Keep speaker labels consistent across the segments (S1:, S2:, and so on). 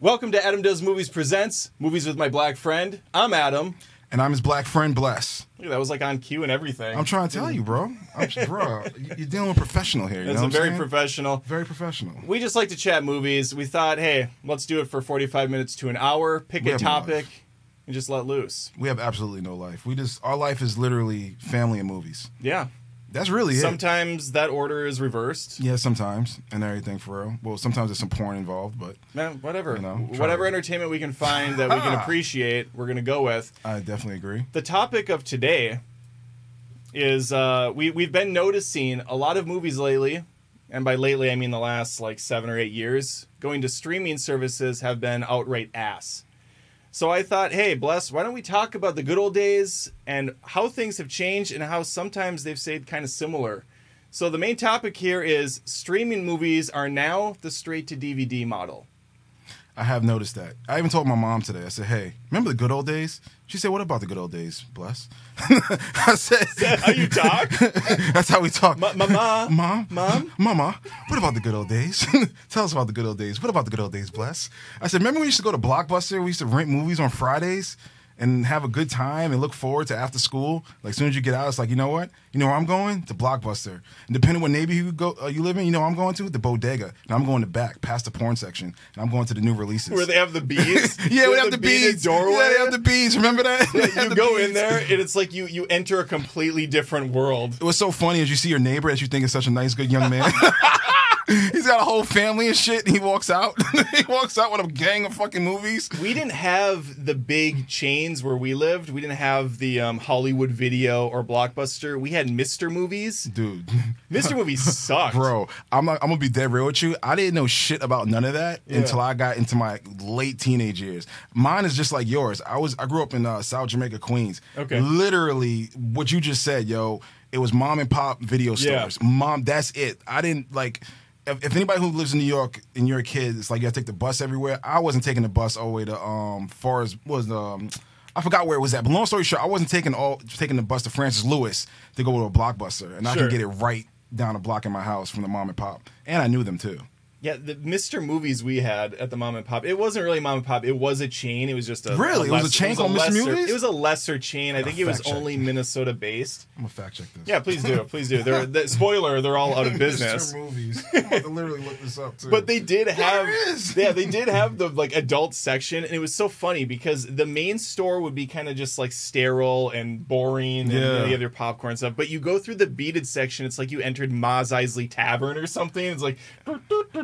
S1: Welcome to Adam Does Movies Presents Movies with My Black Friend. I'm Adam.
S2: And I'm his black friend, Bless.
S1: Look, that was like on cue and everything.
S2: I'm trying to tell you, bro. I'm just, bro, you- you're dealing with professional here. You
S1: That's
S2: know
S1: a
S2: what
S1: very
S2: I'm saying?
S1: professional.
S2: very professional.
S1: We just like to chat movies. We thought, hey, let's do it for 45 minutes to an hour, pick
S2: We
S1: a
S2: have no
S1: topic,
S2: life.
S1: and just let loose.
S2: We have absolutely no life. We just our life is literally family and movies.
S1: Yeah.
S2: That's really it.
S1: Sometimes that order is reversed.
S2: yeah, sometimes and everything for real. Well, sometimes there's some porn involved, but
S1: Man, whatever.
S2: You know, try
S1: whatever
S2: it.
S1: entertainment we can find that we can appreciate, we're going to go with.
S2: I definitely agree.
S1: The topic of today is uh, we we've been noticing a lot of movies lately, and by lately I mean the last like seven or eight years, going to streaming services have been outright ass. So I thought, hey, bless, why don't we talk about the good old days and how things have changed and how sometimes they've stayed kind of similar. So the main topic here is streaming movies are now the straight to DVD model.
S2: I have noticed that. I even told my mom today. I said, "Hey, remember the good old days?" She said, "What about the good old days, Bless?" I said,
S1: How you talk,
S2: "That's how we talk."
S1: Ma- mama?
S2: Mom,
S1: Mom?
S2: Mama, what about the good old days? Tell us about the good old days. What about the good old days, Bless? I said, remember we used to go to Blockbuster? We used to rent movies on Fridays and have a good time and look forward to after school. Like, as soon as you get out, it's like, you know what? You know where I'm going? To Blockbuster. And depending what neighborhood you, go, uh, you live in, you know where I'm going to? The bodega. And I'm going to back, past the porn section. And I'm going to the new releases.
S1: where they have the beads.
S2: yeah, we
S1: There's
S2: have
S1: a
S2: the
S1: beaded
S2: beads. Yeah, they have the beads. Remember that? They have
S1: you
S2: the
S1: go in
S2: beads.
S1: there and it's like you you enter a completely different world.
S2: what's so funny is you see your neighbor that you think is such a nice, good young man. He's got a whole family and shit. And he walks out. he walks out with a gang of fucking movies.
S1: We didn't have the big chains where we lived. We didn't have the um, Hollywood Video or Blockbuster. We had Mister Movies.
S2: Dude,
S1: Mister Movies sucked,
S2: bro, I'm not, I'm gonna be dead real with you. I didn't know shit about none of that
S1: Yeah.
S2: until I got into my late teenage years. Mine is just like yours. I was I grew up in uh, South Jamaica, Queens.
S1: Okay.
S2: literally what you just said, yo. It was mom and pop video
S1: Yeah.
S2: stores. Mom, that's it. I didn't like. If, if anybody who lives in New York and you're a kid, it's like you have to take the bus everywhere. I wasn't taking the bus all the way to um Forest what was the, um I forgot where it was at. But long story short, I wasn't taking all taking the bus to Francis Lewis to go to a blockbuster, and I
S1: Sure.
S2: can get it right down a block in my house from the mom and pop, and I knew them too.
S1: Yeah, the Mister Movies we had at the mom and pop. It wasn't really mom and pop. It was a chain. It was just a
S2: Really? It was a
S1: lesser-
S2: chain called Mr.
S1: lesser-
S2: Movies?
S1: It was a lesser chain. I think it was
S2: fact check.
S1: only Minnesota based.
S2: I'm gonna fact check this.
S1: Yeah, please do, please do. They're, they spoiler, they're all out of business.
S2: Mr. Movies. I'm about to literally look this up too.
S1: But they did have
S2: There is.
S1: yeah, they did have the like adult section, and it was so funny because the main store would be kind of just like sterile and boring
S2: Yeah.
S1: and the other popcorn stuff. But you go through the beaded section, it's like you entered Maz Eisley Tavern or something. It's like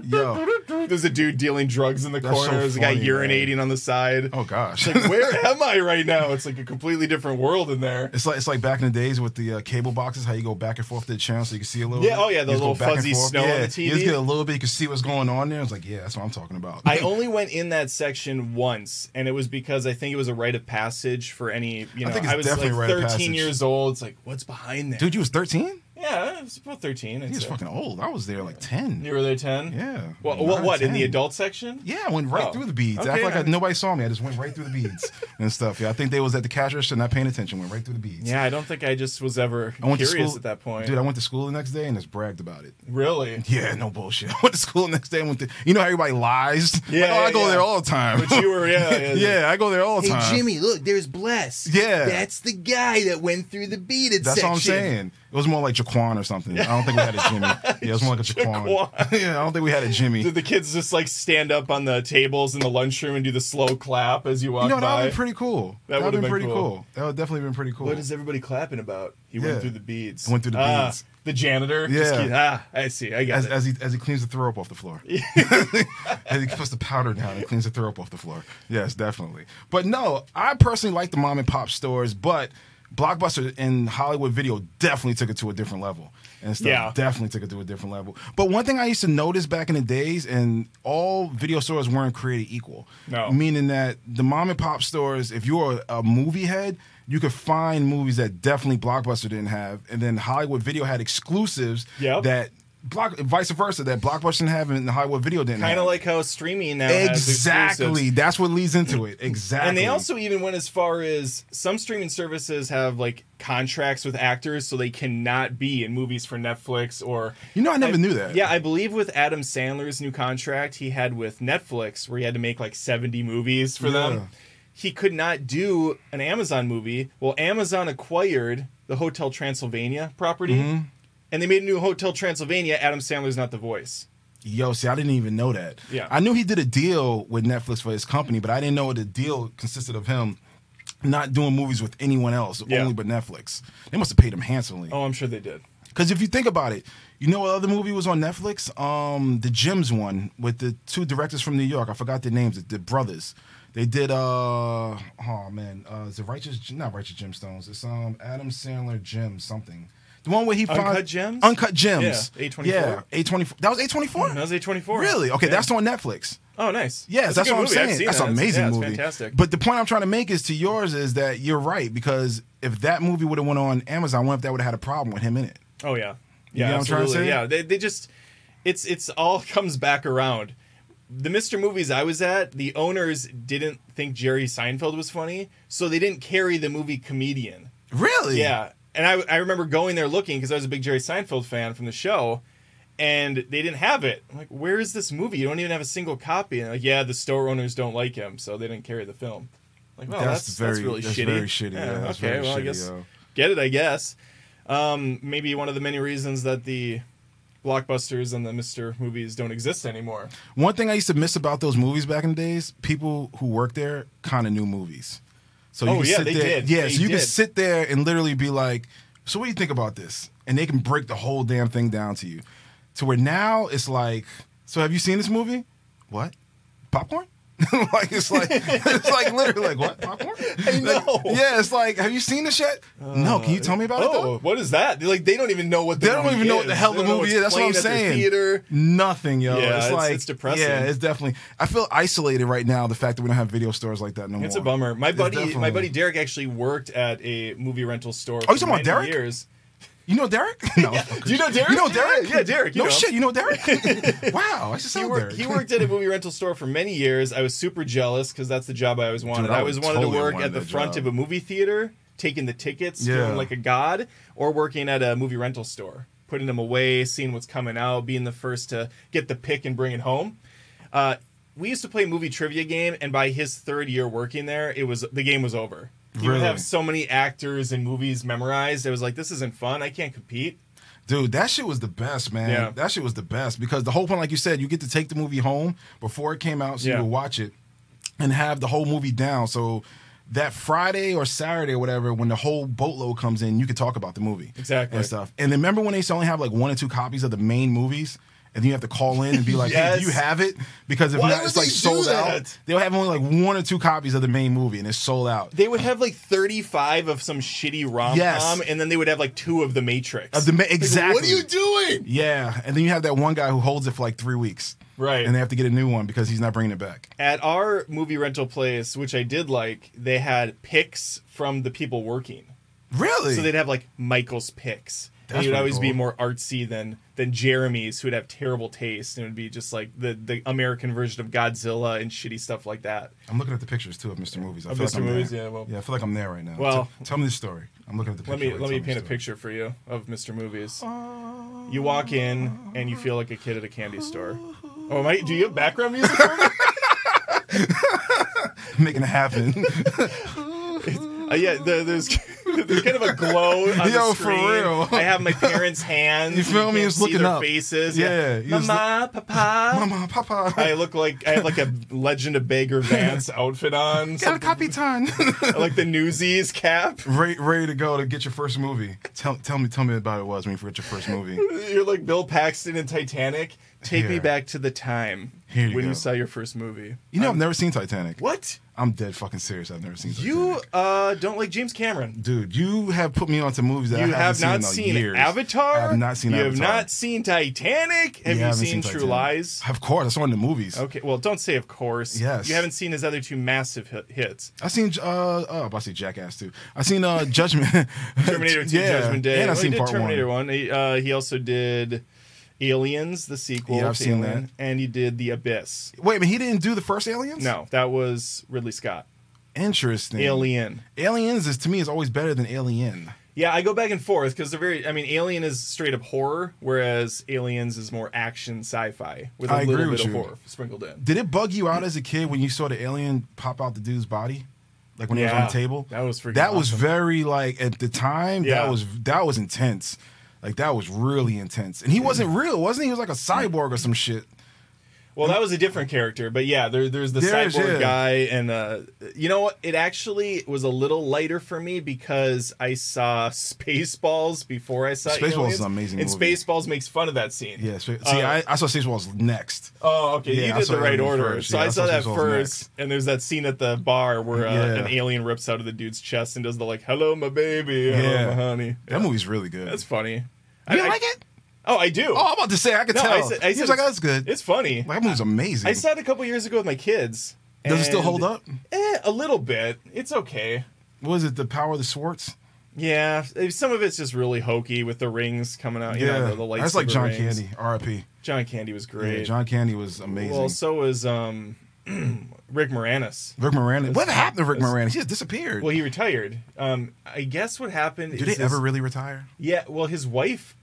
S2: yo,
S1: there's a dude dealing drugs in the
S2: That's so
S1: corner, there's a guy
S2: funny,
S1: urinating on the side.
S2: oh gosh.
S1: It's like where am I right now? It's like a completely different world in there.
S2: It's like it's like back in the days with the uh, cable boxes, how you go back and forth to the channel so you can see a little.
S1: Yeah,
S2: bit.
S1: oh yeah, the
S2: You just go
S1: little
S2: back and
S1: fuzzy
S2: forth.
S1: snow on
S2: yeah,
S1: the
S2: You
S1: TV.
S2: just get a little bit, you can see what's going on there. It's like, yeah, that's what I'm talking about.
S1: I only went in that section once, and it was because I think it was a rite of passage for any. You know, I,
S2: think it's
S1: was
S2: definitely
S1: like
S2: a rite
S1: 13
S2: of passage.
S1: years old. It's like, what's behind there?
S2: dude, you was 13.
S1: Yeah, I was about 13. I'd
S2: He was
S1: say.
S2: fucking old. I was there like 10.
S1: You were there 10.
S2: Yeah,
S1: Well,
S2: nine,
S1: what? What in the
S2: 10.
S1: adult section?
S2: Yeah, I went right
S1: Oh,
S2: through the beads.
S1: okay,
S2: Act like I,
S1: I-
S2: nobody saw me. I just went right through the beads and stuff. Yeah, I think they was at the cash register, not paying attention. Went right through the beads.
S1: Yeah, I don't think I just was ever
S2: I went to
S1: curious
S2: school
S1: at that point.
S2: Dude, I went to school the next day and just bragged about it.
S1: really?
S2: Yeah, no bullshit. I went to school the next day and went to. You know how everybody lies?
S1: Yeah,
S2: Like, oh,
S1: yeah,
S2: I go
S1: yeah.
S2: there all the time.
S1: But you were, yeah, yeah.
S2: yeah, I go there all the
S3: Hey
S2: time.
S3: Jimmy, look, there's Bless.
S2: Yeah.
S3: That's the guy that went through the beaded
S2: That's
S3: section.
S2: what I'm saying. It was more like Jaquan or something. I don't think we had a Jimmy. Yeah, it was more like a Jaquan.
S1: Jaquan.
S2: yeah, I don't think we had a Jimmy.
S1: Did the kids just like stand up on the tables in the lunchroom and do the slow clap as you walk
S2: You know, that
S1: by?
S2: would have been pretty cool.
S1: That would've
S2: would have
S1: been
S2: been pretty
S1: cool.
S2: cool. That would definitely been pretty cool.
S1: What is everybody clapping about? He went
S2: Yeah.
S1: through the beads.
S2: Went through the
S1: Ah,
S2: beads.
S1: The janitor. Just
S2: Yeah.
S1: kidding. ah, I see. I got
S2: as,
S1: it.
S2: as he as he cleans the throw up off the floor. as he puts the powder down and cleans the throw up off the floor. Yes, definitely. But no, I personally like the mom and pop stores, but Blockbuster and Hollywood Video definitely took it to a different level. And stuff
S1: Yeah.
S2: definitely took it to a different level. But one thing I used to notice back in the days, and all video stores weren't created equal.
S1: No.
S2: Meaning that the mom and pop stores, if you're a, a movie head, you could find movies that definitely Blockbuster didn't have. And then Hollywood Video had exclusives
S1: Yep.
S2: that block vice versa that blockbuster didn't have and Hollywood Video didn't
S1: Kind
S2: have.
S1: of like how streaming now has exclusives.
S2: exactly. That's what leads into it. Exactly.
S1: And they also even went as far as some streaming services have like contracts with actors so they cannot be in movies for Netflix or
S2: You know, I never knew that.
S1: Yeah, I believe with Adam Sandler's new contract he had with Netflix where he had to make like 70 movies for
S2: Yeah.
S1: them. He could not do an Amazon movie. Well, Amazon acquired the Hotel Transylvania property
S2: Mm-hmm.
S1: and they made a new Hotel Transylvania. Adam Sandler's not the voice.
S2: Yo, see, I didn't even know that.
S1: Yeah.
S2: I knew he did a deal with Netflix for his company, but I didn't know the deal consisted of him not doing movies with anyone else,
S1: Yeah.
S2: only but Netflix. They must have paid him handsomely.
S1: Oh, I'm sure they did.
S2: Because if you think about it, you know what other movie was on Netflix? Um, the Gems one with the two directors from New York. I forgot their names. The, the brothers. They did. uh Oh man, uh, is it Righteous? Not Righteous Gemstones. It's um Adam Sandler Gems something. The one where he
S1: Uncut
S2: finds-
S1: Gems?
S2: Uncut Gems.
S1: Yeah, A24.
S2: Yeah, A twenty four. That was A twenty four.
S1: That was A24.
S2: Really? Okay,
S1: Yeah.
S2: that's on Netflix.
S1: Oh, nice.
S2: Yes, that's,
S1: a good
S2: what I'm
S1: movie. I've
S2: saying.
S1: seen
S2: That's
S1: that.
S2: an amazing
S1: yeah, it's
S2: movie.
S1: Fantastic.
S2: But the point I'm trying to make is to yours is that you're right because if that movie would have went on Amazon, I wonder if that would have had a problem with him in it.
S1: Oh yeah,
S2: You
S1: yeah,
S2: get what I'm trying to
S1: absolutely.
S2: say?
S1: Yeah, they they just it's it's all comes back around. The Mr. Movies I was at, the owners didn't think Jerry Seinfeld was funny, so they didn't carry the movie comedian.
S2: Really?
S1: Yeah, and I I remember going there looking because I was a big Jerry Seinfeld fan from the show. And they didn't have it. I'm like, where is this movie? You don't even have a single copy. And they're like, yeah, the store owners don't like him, so they didn't carry the film. I'm like, well,
S2: That's
S1: that's that's,
S2: very-
S1: really
S2: that's
S1: shitty.
S2: very shitty, yeah, that's
S1: okay,
S2: very
S1: well, I
S2: shitty,
S1: guess
S2: yo.
S1: get it. I guess um, maybe one of the many reasons that the blockbusters and the Mister movies don't exist anymore.
S2: One thing I used to miss about those movies back in the days, people who worked there kind of knew movies. So you
S1: Oh,
S2: could
S1: yeah,
S2: sit
S1: they
S2: there,
S1: did.
S2: Yeah,
S1: They
S2: so you could
S1: did.
S2: sit there and literally be like, "So what do you think about this?" And they can break the whole damn thing down to you. To where now it's like, "So have you seen this movie? What? Popcorn?" like it's like it's like literally like what popcorn? I
S1: know. Uh,
S2: yeah, it's like, have you seen this yet? no. Can you tell me about it?
S1: Oh,
S2: Though?
S1: what is that? They're like they don't even know what the
S2: They don't
S1: movie
S2: even know
S1: is.
S2: what the hell
S1: They
S2: the
S1: don't know
S2: movie
S1: what's
S2: is. That's what I'm
S1: playing at their
S2: saying.
S1: Theater.
S2: Nothing, yo.
S1: Yeah,
S2: it's,
S1: it's-
S2: like
S1: it's depressing.
S2: Yeah, it's definitely. I feel isolated right now. The fact that we don't have video stores like that no more.
S1: It's a bummer. My
S2: It's
S1: buddy, my
S2: definitely-
S1: buddy Derek actually worked at a movie rental store.
S2: Oh, you
S1: for
S2: talking about
S1: many
S2: Derek?
S1: Years.
S2: You know Derek? No.
S1: Do you know Derek?
S2: You know Derek?
S1: Yeah, yeah, Derek, you
S2: no
S1: know him.
S2: shit. You know Derek? wow. I just
S1: He
S2: saw
S1: worked,
S2: Derek.
S1: he worked at a movie rental store for many years. I was super jealous because that's the job I always wanted.
S2: Dude, I
S1: I
S2: would
S1: always wanted
S2: totally
S1: to work
S2: wanted
S1: at the
S2: that
S1: front of
S2: job.
S1: a movie theater, taking the tickets,
S2: Yeah.
S1: doing like a god, or working at a movie rental store, putting them away, seeing what's coming out, being the first to get the pick and bring it home. Uh, we used to play a movie trivia game, and by his third year working there, it was the game was over. He would
S2: Really?
S1: have so many actors and movies memorized. It was like this isn't fun. I can't compete.
S2: Dude, that shit was the best, man.
S1: Yeah.
S2: That shit was the best because the whole point, like you said, you get to take the movie home before it came out, so
S1: Yeah.
S2: you could watch it and have the whole movie down. So that Friday or Saturday or whatever, when the whole boatload comes in, you could talk about the movie
S1: Exactly.
S2: and stuff. And then remember when they used to only have like one or two copies of the main movies. And then you have to call in and be like, hey,
S1: Yes.
S2: "Do you have it?" Because if
S1: Why
S2: not,
S1: would
S2: it's like
S1: they do
S2: sold out.
S1: that?
S2: They'll have only like one or two copies of the main movie, and it's sold out.
S1: They would have like 35 of some shitty rom com,
S2: Yes.
S1: and then they would have like two of The Matrix.
S2: Of the ma- exactly.
S3: What are you doing?
S2: Yeah, and then you have that one guy who holds it for like three weeks,
S1: Right.
S2: And they have to get a new one because he's not bringing it back.
S1: At our movie rental place, which I did like, they had picks from the people working.
S2: Really?
S1: So they'd have like Michael's picks.
S2: That's
S1: And he would
S2: pretty
S1: always be
S2: cool.
S1: more artsy than than Jeremy's, who would have terrible taste and it would be just like the, the American version of Godzilla and shitty stuff like that.
S2: I'm looking at the pictures too of Mr. Movies. I
S1: Of
S2: feel
S1: Mr.
S2: like I'm
S1: Movies,
S2: there.
S1: yeah, well-
S2: I feel like I'm there right now.
S1: Well-
S2: T- tell me the story. I'm looking at the picture.
S1: Let me
S2: right,
S1: let
S2: tell
S1: me paint a
S2: the story.
S1: picture for you of Mr. Movies. You walk in and you feel like a kid at a candy store. Oh, my! Do you have background music for me?
S2: Making it happen.
S1: Uh, yeah, there, there's there's kind of a glow on
S2: Yo,
S1: the
S2: for
S1: screen.
S2: real.
S1: I have my parents' hands.
S2: You feel
S1: You
S2: me?
S1: can't
S2: It's
S1: see
S2: looking
S1: their
S2: up.
S1: Faces.
S2: Yeah, you just
S1: Mama, Papa.
S2: Mama, Papa,
S1: I look like I have like a Legend of Bagger Vance outfit on,
S2: El
S1: some-
S2: Capitan.
S1: like the Newsies cap.
S2: Ready, ready to go to get your first movie. Tell, tell me, tell me about it was when you forget your first movie.
S1: You're like Bill Paxton in Titanic. Take me
S2: Here.
S1: back to the time
S2: Here you
S1: when
S2: go.
S1: you saw your first movie.
S2: You know, I've never seen Titanic.
S1: What?
S2: I'm dead fucking serious. I've never seen Titanic.
S1: You uh, don't like James Cameron?
S2: Dude, you have put me onto movies that
S1: You
S2: I
S1: have
S2: haven't
S1: not
S2: seen, in
S1: seen
S2: years.
S1: Avatar.
S2: I have not seen
S1: You
S2: Avatar.
S1: have not seen Titanic. Have
S2: Yeah, I
S1: you
S2: haven't
S1: seen, True
S2: Titanic.
S1: Lies?
S2: Of course, I saw it in the movies.
S1: Okay, well, don't say of course.
S2: Yes.
S1: You haven't seen his other two massive hit- hits.
S2: I seen uh oh, I see Jackass too. I seen uh Judgment,
S1: Terminator 2, Judgment Day.
S2: and I
S1: Well,
S2: seen
S1: he did
S2: Part
S1: Terminator 1.
S2: One.
S1: He, uh, he also did Aliens, the sequel.
S2: Yeah, I've
S1: to
S2: seen
S1: Alien,
S2: that.
S1: And he did The Abyss.
S2: Wait, but he didn't do the first Aliens?
S1: No, that was Ridley Scott.
S2: Interesting.
S1: Alien.
S2: Aliens is to me is always better than Alien.
S1: Yeah, I go back and forth because they're very. I mean, Alien is straight up horror, whereas Aliens is more action sci-fi with a
S2: I agree
S1: little
S2: with
S1: bit of
S2: you.
S1: horror sprinkled in.
S2: Did it bug you out as a kid when you saw the alien pop out the dude's body? Like when he was on
S1: Yeah.
S2: the table?
S1: That was freaking
S2: That was
S1: awesome.
S2: very like at the time
S1: Yeah.
S2: that was that was intense. Like that was really intense. And he wasn't real, wasn't he? He was like a cyborg or some shit.
S1: Well, that was a different character, but yeah, there, there's the
S2: There is,
S1: cyborg
S2: yeah.
S1: guy, and uh, you know what? It actually was a little lighter for me because I saw Spaceballs before I saw
S2: Spaceballs
S1: Aliens,
S2: is an amazing
S1: and
S2: movie.
S1: Spaceballs makes fun of that scene.
S2: Yeah. so- See,
S1: Uh,
S2: I, I saw Spaceballs next.
S1: Oh, okay.
S2: Yeah, I
S1: you did
S2: saw
S1: the right
S2: Alien
S1: order.
S2: first.
S1: So
S2: Yeah, I
S1: I saw
S2: saw
S1: that
S2: Spaceballs
S1: first,
S2: next.
S1: and there's that scene at the bar where uh,
S2: Yeah.
S1: an alien rips out of the dude's chest and does the like, "Hello, my baby, hello,
S2: Yeah.
S1: my honey." Yeah,
S2: That movie's really good.
S1: that's funny.
S2: you didn't like it?
S1: Oh, I do.
S2: Oh, I'm about to say I could
S1: No,
S2: tell.
S1: I said- I
S2: he
S1: said
S2: was like,
S1: it's-
S2: "Oh, that's good."
S1: it's funny.
S2: That movie's amazing.
S1: I saw it a couple years ago with my kids.
S2: Does it still
S1: and-
S2: hold up?
S1: Eh, a little bit. It's okay.
S2: What is it? The Power of the Swords?
S1: Yeah, eh, some of it's just really hokey with the rings coming out. You yeah, know, the, the lights.
S2: that's like John Candy. R.I.P.
S1: John Candy was
S2: Yeah,
S1: great.
S2: John Candy was amazing.
S1: Well, so was um, Rick Moranis.
S2: Rick Moranis. What
S1: That's-
S2: happened to Rick
S1: that's-
S2: Moranis? He just disappeared.
S1: Well, he retired. Um, I guess what happened
S2: Did
S1: is
S2: they ever
S1: his-
S2: really retire?
S1: yeah. Well, his wife,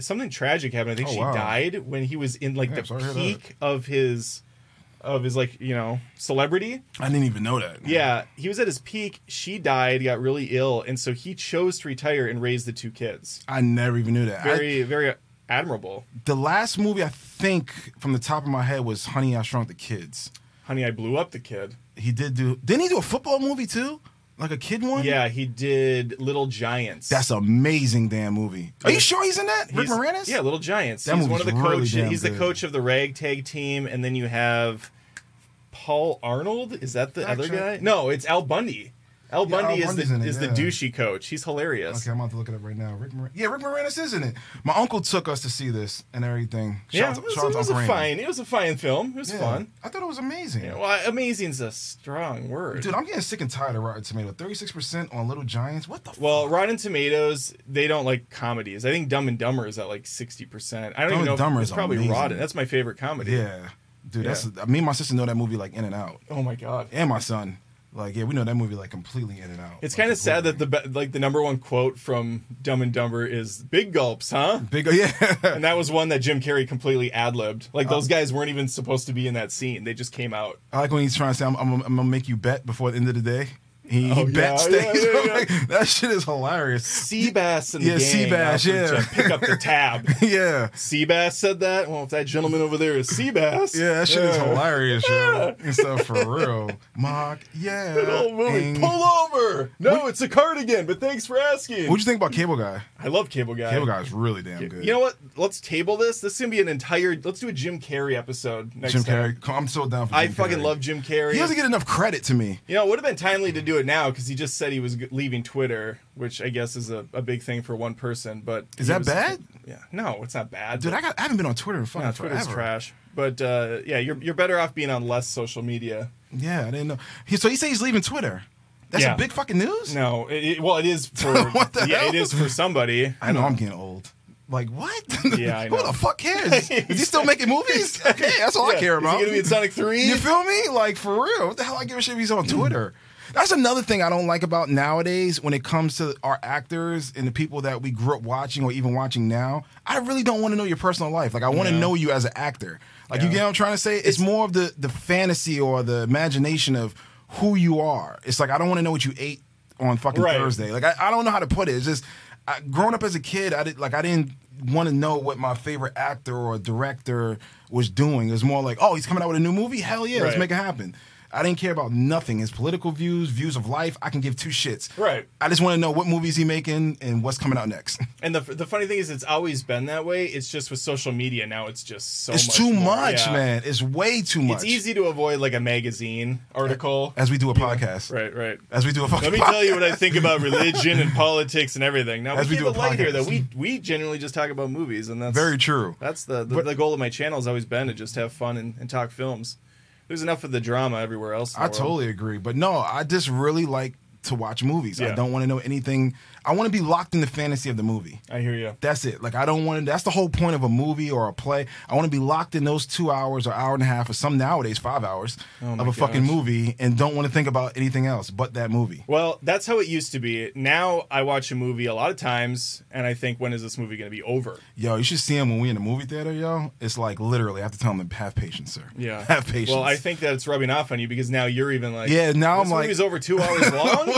S1: something tragic happened. I think
S2: Oh,
S1: she
S2: wow.
S1: died when he was in like
S2: Yeah,
S1: the
S2: I'm sorry to hear that.
S1: peak of his, of his like you know celebrity.
S2: I didn't even know that.
S1: Yeah, he was at his peak. She died, got really ill, and so he chose to retire and raise the two kids.
S2: I never even knew that. I-
S1: Very, very admirable.
S2: the last movie I think from the top of my head was Honey I Shrunk the Kids.
S1: Honey, I blew up the kid.
S2: He did do. Didn't he do a football movie too? Like a kid one?
S1: Yeah, he did Little Giants.
S2: That's an amazing damn movie. Are you sure he's in that? Rick
S1: He's-
S2: Moranis?
S1: Yeah, Little Giants.
S2: That
S1: he's one of the
S2: movie's really
S1: coaches.
S2: damn
S1: He's
S2: good.
S1: the coach of the ragtag team, and then you have Paul Arnold. Is that the
S2: Fact
S1: other
S2: check.
S1: guy? No, it's Al Bundy. Al
S2: Yeah, Al
S1: Bundy is
S2: Bundy's in
S1: the
S2: it,
S1: is
S2: yeah.
S1: the douchey coach. He's hilarious.
S2: Okay, I'm about to look it up right now. Rick Moranis. Yeah, Rick Moranis is in it. My uncle took us to see this and everything. Shout
S1: Yeah,
S2: out to-
S1: it was,
S2: shout out
S1: it
S2: to
S1: was
S2: Uncle
S1: a
S2: Raymond.
S1: fine. It was a fine film. It was
S2: Yeah.
S1: fun.
S2: I thought it was amazing.
S1: Yeah, well, amazing's a strong word.
S2: Dude, I'm getting sick and tired of Rotten Tomato. 36% on Little Giants. What the
S1: Well,
S2: fuck?
S1: Rotten Tomatoes, they don't like comedies. I think Dumb and Dumber is at like sixty percent. I don't
S2: Dumb and
S1: even know. if-
S2: Dumber
S1: it's
S2: is
S1: probably
S2: amazing.
S1: Rotten. That's my favorite comedy.
S2: Yeah. Dude, that's me and my sister know that movie like in and out.
S1: Oh my god.
S2: And my son. Like, yeah, we know that movie like completely in and out.
S1: It's
S2: Like,
S1: kind of sad that the be- like the number one quote from Dumb and Dumber is "Big gulps, huh?"
S2: big yeah.
S1: And that was one that Jim Carrey completely ad libbed. Like
S2: Uh,
S1: those guys weren't even supposed to be in that scene; they just came out.
S2: I like when he's trying to say I'm, I'm, I'm gonna make you bet before the end of the day. He,
S1: Oh,
S2: he bet
S1: yeah, yeah,
S2: stays.
S1: yeah,
S2: I'm
S1: yeah.
S2: like, that shit is hilarious.
S1: Seabass and
S2: Yeah,
S1: the gang
S2: Seabass,
S1: offered
S2: yeah.
S1: to pick up the tab.
S2: yeah.
S1: Seabass said that. Well, if that gentleman over there is Seabass,
S2: Yeah, that shit is
S1: yeah.
S2: hilarious, yo. And stuff for real. Mock, yeah.
S1: Good old Willie,
S2: And-
S1: Oh, pull over. No, it's a cardigan. But thanks for asking.
S2: What'd you think about Cable Guy?
S1: I love Cable Guy.
S2: Cable Guy is really damn good.
S1: You know what? Let's table this. This is gonna be an entire. Let's do a Jim Carrey episode next
S2: Jim
S1: time.
S2: Carrey. I'm so down for Jim
S1: I fucking
S2: Carrey.
S1: love Jim Carrey.
S2: He doesn't get enough credit to me.
S1: you know, it would have been timely to do it now because he just said he was g- leaving Twitter, which I guess is a, a big thing for one person. But
S2: Is
S1: he
S2: that
S1: was-
S2: bad?
S1: Yeah, no, it's not bad.
S2: Dude,
S1: but-
S2: I, got, I haven't been on Twitter in fucking
S1: no, Twitter's
S2: forever.
S1: trash. But uh, yeah, you're you're better off being on less social media.
S2: Yeah, I didn't know. He, so he said he's leaving Twitter. That's
S1: Yeah.
S2: a big fucking news.
S1: No, it, it- well, it is for
S2: What the
S1: yeah,
S2: hell?
S1: it is for somebody.
S2: I know I'm getting old. Like what?
S1: Yeah, I
S2: Who
S1: know.
S2: the fuck cares? Is he still making movies? Okay, that's all I
S1: Yeah,
S2: care
S1: is he
S2: about.
S1: gonna be in Sonic 3?
S2: You feel me? Like for real? What the hell? I give a shit if he's on Twitter. That's another thing I don't like about nowadays when it comes to our actors and the people that we grew up watching or even watching now. I really don't want to know your personal life. Like I want to
S1: Yeah.
S2: know you as an actor. Like you
S1: Yeah.
S2: get what I'm trying to say? It's, more of the the fantasy or the imagination of who you are. It's like I don't want to know what you ate on fucking
S1: Right.
S2: Thursday. Like I, I don't know how to put it. It's just I, growing up as a kid, I did like I didn't want to know what my favorite actor or director was doing. It was more like, oh, he's coming out with a new movie. Hell yeah, let's
S1: Right.
S2: make it happen. I didn't care about nothing. His political views, views of life, I can give two shits.
S1: Right.
S2: I just want to know what movies he making and what's coming out next.
S1: And the the funny thing is, it's always been that way. It's just with social media now, it's just so
S2: it's
S1: much
S2: too
S1: more-
S2: much,
S1: yeah.
S2: man. It's way too much.
S1: It's easy to avoid like a magazine article.
S2: as we do a podcast.
S1: Right, right.
S2: As we do a fucking.
S1: Let me tell you what I think about religion and politics and everything. Now
S2: As we
S1: we, keep
S2: do
S1: it
S2: a
S1: light here, though.
S2: podcast.
S1: We we genuinely just talk about movies, and that's
S2: Very true.
S1: That's the the, the goal of my channel has always been to just have fun and, and talk films. There's enough of the drama everywhere else. in
S2: I
S1: the world.
S2: totally agree. But no, I just really like to watch movies. I
S1: Yeah.
S2: don't want to know anything. I want to be locked in the fantasy of the movie.
S1: I hear you.
S2: That's it. Like I don't want to. That's the whole point of a movie or a play. I want to be locked in those two hours or hour and a half or some nowadays five hours of
S1: Oh my
S2: a fucking
S1: gosh.
S2: movie and don't want to think about anything else but that movie.
S1: Well, that's how it used to be. Now I watch a movie a lot of times and I think, when is this movie going to be over?
S2: Yo, you should see him when we in the movie theater, yo. It's like literally, I have to tell him to have patience, sir.
S1: Yeah.
S2: have patience.
S1: Well, I think that it's rubbing off on you because now you're even like,
S2: Yeah, now
S1: this
S2: I'm like-
S1: movie's over two hours long.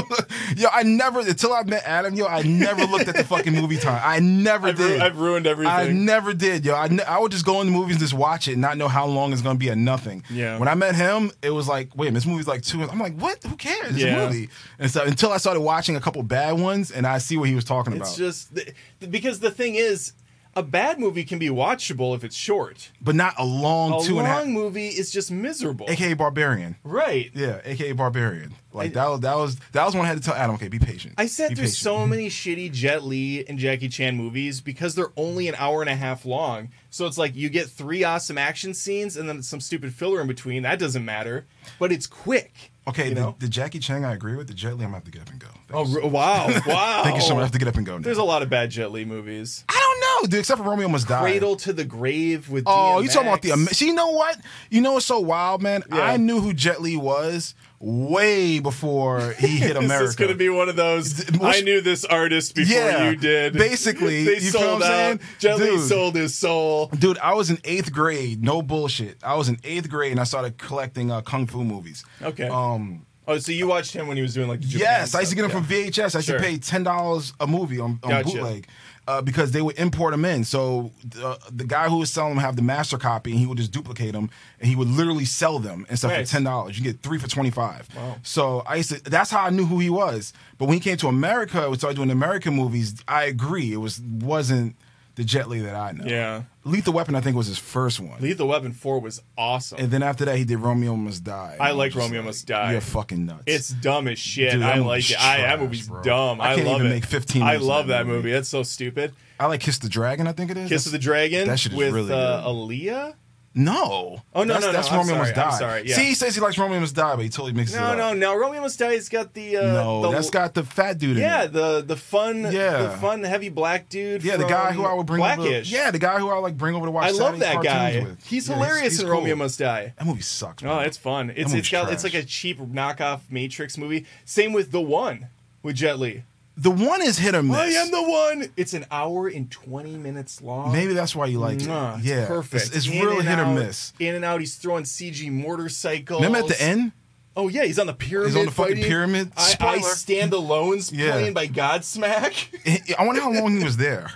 S2: yo, I never until I met Adam, yo, I never looked at the fucking movie time. I never
S1: I've, ru-
S2: did.
S1: I've ruined everything.
S2: I never did, yo. I, ne- I would just go in the movies and just watch it and not know how long it's going to be or nothing.
S1: Yeah.
S2: When I met him, it was like, wait, this movie's like two. I'm like, what? Who cares? It's
S1: Yeah.
S2: a movie. And so until I started watching a couple bad ones and I see what he was talking about.
S1: it's just th- th- because the thing is, a bad movie can be watchable if it's short.
S2: but not a long
S1: A
S2: two
S1: long
S2: and a half.
S1: movie is just miserable.
S2: AKA Barbarian.
S1: right.
S2: Yeah, AKA Barbarian. Like
S1: I-
S2: that was that was that was one I had to tell Adam, okay, be patient.
S1: I sat
S2: Be
S1: through
S2: patient.
S1: so many shitty Jet Li and Jackie Chan movies because they're only an hour and a half long. So it's like you get three awesome action scenes and then some stupid filler in between. That doesn't matter, but it's quick.
S2: Okay,
S1: you
S2: the,
S1: know?
S2: the Jackie Chang I agree with, the Jet Li I'm gonna have to get up and go.
S1: Oh r- wow, wow!
S2: Thank you so much. I have to get up and go now.
S1: There's a lot of bad Jet Li movies.
S2: I don't know, dude, except for Romeo Must Die.
S1: Cradle to the Grave with
S2: Oh, you
S1: DMX.
S2: talking about the? Ama- See, you know what? You know what's so wild, man?
S1: Yeah.
S2: I knew who Jet Li was way before he hit
S1: This
S2: America.
S1: is going to be one of those.
S2: Th- which-
S1: I knew this artist before
S2: Yeah,
S1: you did.
S2: basically,
S1: they
S2: you feel
S1: sold
S2: what I'm
S1: out.
S2: saying?
S1: Jet Li
S2: Dude.
S1: sold his soul.
S2: Dude, I was in eighth grade. No bullshit. I was in eighth grade and I started collecting uh, kung fu movies.
S1: Okay.
S2: Um.
S1: oh, so you watched him when he was doing like the Japan
S2: yes, I used to get
S1: stuff,
S2: them from VHS. I used
S1: Sure.
S2: to pay ten dollars a movie on, on
S1: Gotcha.
S2: bootleg. Uh, because they would import them in, so the, the guy who was selling them have the master copy, and he would just duplicate them, and he would literally sell them and stuff
S1: Nice.
S2: for ten dollars. You can get three for twenty five.
S1: Wow.
S2: So I used to. That's how I knew who he was. But when he came to America, we started doing American movies. I agree, it was wasn't the Jet Li that I know.
S1: Yeah.
S2: Lethal Weapon, I think, was his first one.
S1: Lethal Weapon Four was awesome.
S2: and then after that, he did Romeo Must Die.
S1: I
S2: I'm
S1: like
S2: just
S1: Romeo Must Die.
S2: You're fucking nuts.
S1: It's dumb as shit.
S2: Dude, that
S1: I like
S2: movie's
S1: it. I that
S2: trash,
S1: movie's
S2: bro.
S1: dumb.
S2: I
S1: I,
S2: can't
S1: love
S2: even
S1: it.
S2: make 15
S1: I
S2: minutes of
S1: love
S2: that
S1: that movie.
S2: movie.
S1: That's so stupid.
S2: I like Kiss the Dragon. I think it is.
S1: Kiss of the Dragon
S2: that shit is
S1: with
S2: really
S1: uh,
S2: good.
S1: Aaliyah.
S2: No.
S1: Oh, no,
S2: that's,
S1: no, no,
S2: That's
S1: I'm
S2: Romeo
S1: sorry,
S2: Must
S1: I'm
S2: Die.
S1: sorry, yeah.
S2: See, he says he likes Romeo Must Die, but he totally mixes
S1: No,
S2: it
S1: no,
S2: up.
S1: no. Romeo Must Die's got the uh,
S2: no.
S1: the,
S2: that's got the fat dude in
S1: yeah
S2: it.
S1: the the fun
S2: Yeah.
S1: the fun heavy black dude.
S2: Yeah, the
S1: from
S2: guy who I would bring over.
S1: Blackish.
S2: Yeah, the guy who I like bring over to watch.
S1: I love
S2: Saturday
S1: that
S2: cartoons
S1: guy.
S2: With.
S1: He's
S2: Yeah,
S1: hilarious
S2: he's
S1: in
S2: cool.
S1: Romeo Must Die.
S2: That movie sucks.
S1: Oh,
S2: man.
S1: it's fun. It's
S2: movie's
S1: it's got it's
S2: trash.
S1: like a cheap knockoff Matrix movie. Same with the one with Jet Li.
S2: the one is hit or miss.
S1: I am the one. It's an hour and twenty minutes long.
S2: Maybe that's why you like it.
S1: Mwah, it's
S2: yeah,
S1: perfect.
S2: It's, it's
S1: In
S2: really
S1: and
S2: hit or
S1: out-
S2: miss.
S1: In and out, he's throwing CG motorcycles.
S2: Remember at the end?
S1: Oh yeah, he's on the pyramid.
S2: He's on the fucking
S1: fighting.
S2: pyramid.
S1: I, I
S2: Spoiler.
S1: stand alone's
S2: Yeah.
S1: playing by Godsmack.
S2: I wonder how long he was there.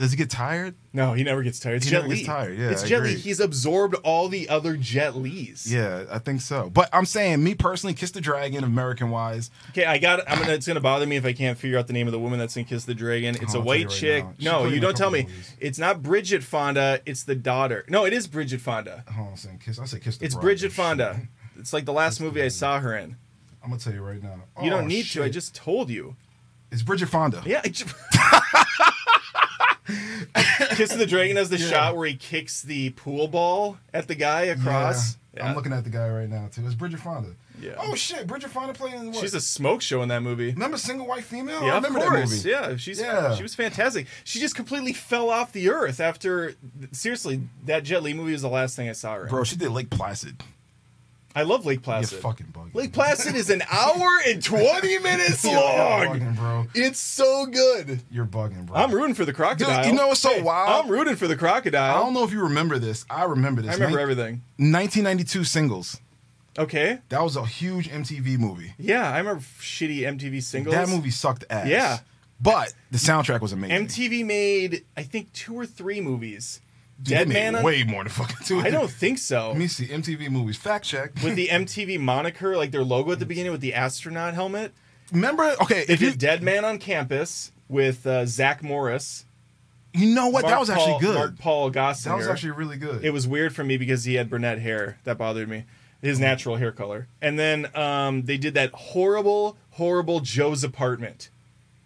S2: Does he get tired?
S1: No, he never gets tired. It's
S2: He
S1: Jet
S2: never gets
S1: Li.
S2: tired, yeah,
S1: it's
S2: I
S1: Jet Li.
S2: agree.
S1: He's absorbed all the other Jet Lis.
S2: Yeah, I think so. But I'm saying, me personally, Kiss the Dragon, American wise.
S1: Okay, I got. I'm gonna. It's gonna bother me if I can't figure out the name of the woman that's in Kiss the Dragon. It's
S2: Oh,
S1: a
S2: I'll
S1: white
S2: tell you
S1: chick.
S2: right now. She's
S1: no,
S2: been
S1: you
S2: in a
S1: don't tell me.
S2: couple movies.
S1: It's not Bridget Fonda. It's the daughter. No, it is Bridget Fonda.
S2: Hold on, a second, Oh, Kiss. I say Kiss the
S1: It's
S2: Bride.
S1: Bridget Fonda. It's like the last movie I saw her in.
S2: I'm gonna tell you right now.
S1: You
S2: Oh,
S1: don't need to. I
S2: shit.
S1: just told you.
S2: It's Bridget Fonda.
S1: Yeah. I ju- Kiss of the Dragon has the
S2: Yeah.
S1: shot where he kicks the pool ball at the guy across.
S2: Yeah. I'm looking at the guy right now too. It's Bridget Fonda.
S1: Yeah.
S2: Oh shit, Bridget Fonda playing in what?
S1: She's a smoke show in that movie.
S2: remember single white female.
S1: Yeah,
S2: oh, I remember
S1: of course.
S2: that movie.
S1: Yeah, she's
S2: Yeah.
S1: she was fantastic. She just completely fell off the earth after. Seriously, that Jet Li movie was the last thing I saw her. in.
S2: Bro, she did Lake Placid.
S1: I love Lake
S2: You
S1: Placid.
S2: fucking bugging.
S1: Lake Placid is an hour and twenty minutes
S2: You're
S1: long.
S2: bugging, bro.
S1: It's so good.
S2: You're bugging, bro.
S1: I'm rooting for the crocodile.
S2: Dude, you know what's so wild?
S1: I'm rooting for the crocodile.
S2: I don't know if you remember this. I remember this.
S1: I remember
S2: Nin-
S1: everything.
S2: 1992 singles.
S1: Okay.
S2: That was a huge MTV movie.
S1: Yeah, I remember shitty MTV singles.
S2: That movie sucked ass.
S1: Yeah.
S2: But the soundtrack was amazing.
S1: MTV made I think two or three movies.
S2: Dude,
S1: Dead
S2: they made
S1: Man. on-
S2: way more than fucking two.
S1: I don't think so.
S2: Let me see MTV movies. Fact check.
S1: with the MTV moniker, like their logo at the beginning with the astronaut helmet.
S2: Remember? Okay,
S1: They
S2: if you
S1: did Dead Man on Campus with uh, Zach Morris.
S2: you know what that
S1: Mark
S2: was
S1: Paul-
S2: actually good.
S1: Mark Paul Gossinger.
S2: that was actually really good.
S1: It was weird for me because he had brunette hair. That bothered me. His natural hair color. And then um, they did that horrible, horrible Joe's apartment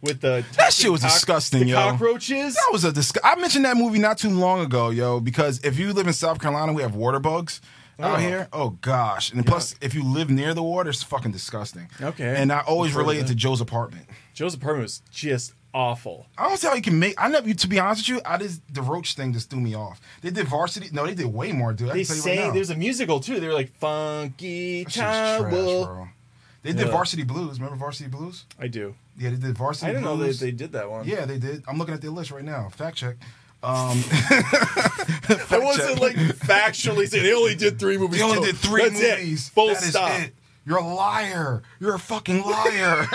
S1: with the
S2: That shit was
S1: talking
S2: disgusting,
S1: the
S2: yo.
S1: cockroaches.
S2: That was a disg- I mentioned that movie not too long ago, yo, because if you live in South Carolina, we have water bugs.
S1: Oh.
S2: out here. Oh gosh! And plus, if you live near the water, it's fucking disgusting.
S1: Okay.
S2: And I always
S1: Sure,
S2: relate
S1: yeah.
S2: it to Joe's apartment.
S1: Joe's apartment was just awful.
S2: I don't see how you can make. I never. To be honest with you, I just the Roach thing just threw me off. They did varsity. No, they did way more, dude. I
S1: They
S2: can tell you
S1: sang.
S2: right now.
S1: There's a musical too. They were like funky
S2: That shit's trash,
S1: towel.
S2: bro. They did
S1: Yeah.
S2: Varsity Blues. Remember Varsity Blues?
S1: I do.
S2: Yeah, they did
S1: I
S2: Varsity.
S1: didn't know that
S2: Blues.
S1: they did that one.
S2: Yeah, they did. I'm looking at their list right now. Fact check. Um,
S1: I wasn't like factually saying they only did three movies.
S2: they only
S1: total.
S2: did three
S1: That's it.
S2: movies.
S1: Full
S2: That is
S1: stop.
S2: it. You're a liar. You're a fucking liar.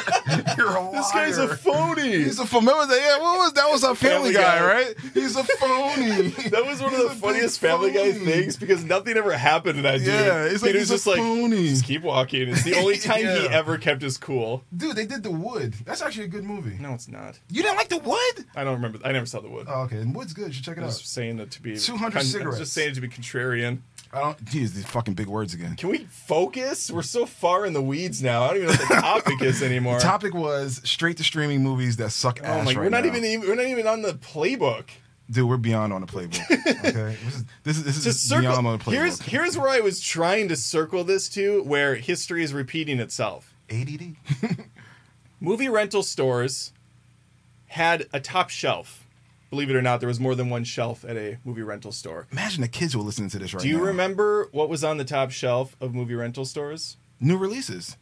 S2: You're a liar.
S1: This guy's a phony.
S2: He's a familiar. Yeah, what was that? Was a
S1: Family
S2: Family, Guy,
S1: Guy.
S2: right? He's a phony.
S1: That was one of the
S2: He's a big
S1: funniest Family Guy
S2: phony.
S1: things because nothing ever happened in that dude.
S2: Yeah, it's like
S1: Peter's
S2: he's a
S1: just like
S2: phony.
S1: just keep walking. It's the only time he
S2: Yeah.
S1: ever kept his cool.
S2: Dude, they did The Wood. That's actually a good movie.
S1: No, it's not.
S2: You didn't like The Wood?
S1: I don't remember. I never saw the wood.
S2: Oh, okay. And Wood's good. You should check it
S1: I
S2: out.
S1: was saying that to be
S2: 200
S1: I'm- I'm
S2: cigarettes.
S1: just saying it to be contrarian.
S2: I don't. Geez, these fucking big words again.
S1: Can we focus? We're so far in the weeds now. I don't even know what the topic is anymore.
S2: Topic was straight to streaming movies that suck
S1: oh
S2: ass.
S1: my!
S2: right
S1: we're not
S2: now.
S1: even even we're not even on the playbook.
S2: Dude, we're beyond on the playbook. Okay, this is this is, this
S1: To
S2: is
S1: circle
S2: beyond on the playbook.
S1: here's here's where I was trying to circle this to where history is repeating itself.
S2: ADD.
S1: movie rental stores had a top shelf. Believe it or not, there was more than one shelf at a movie rental store.
S2: Imagine the kids who are listening to this right
S1: Do you
S2: now.
S1: remember what was on the top shelf of movie rental stores?
S2: new releases?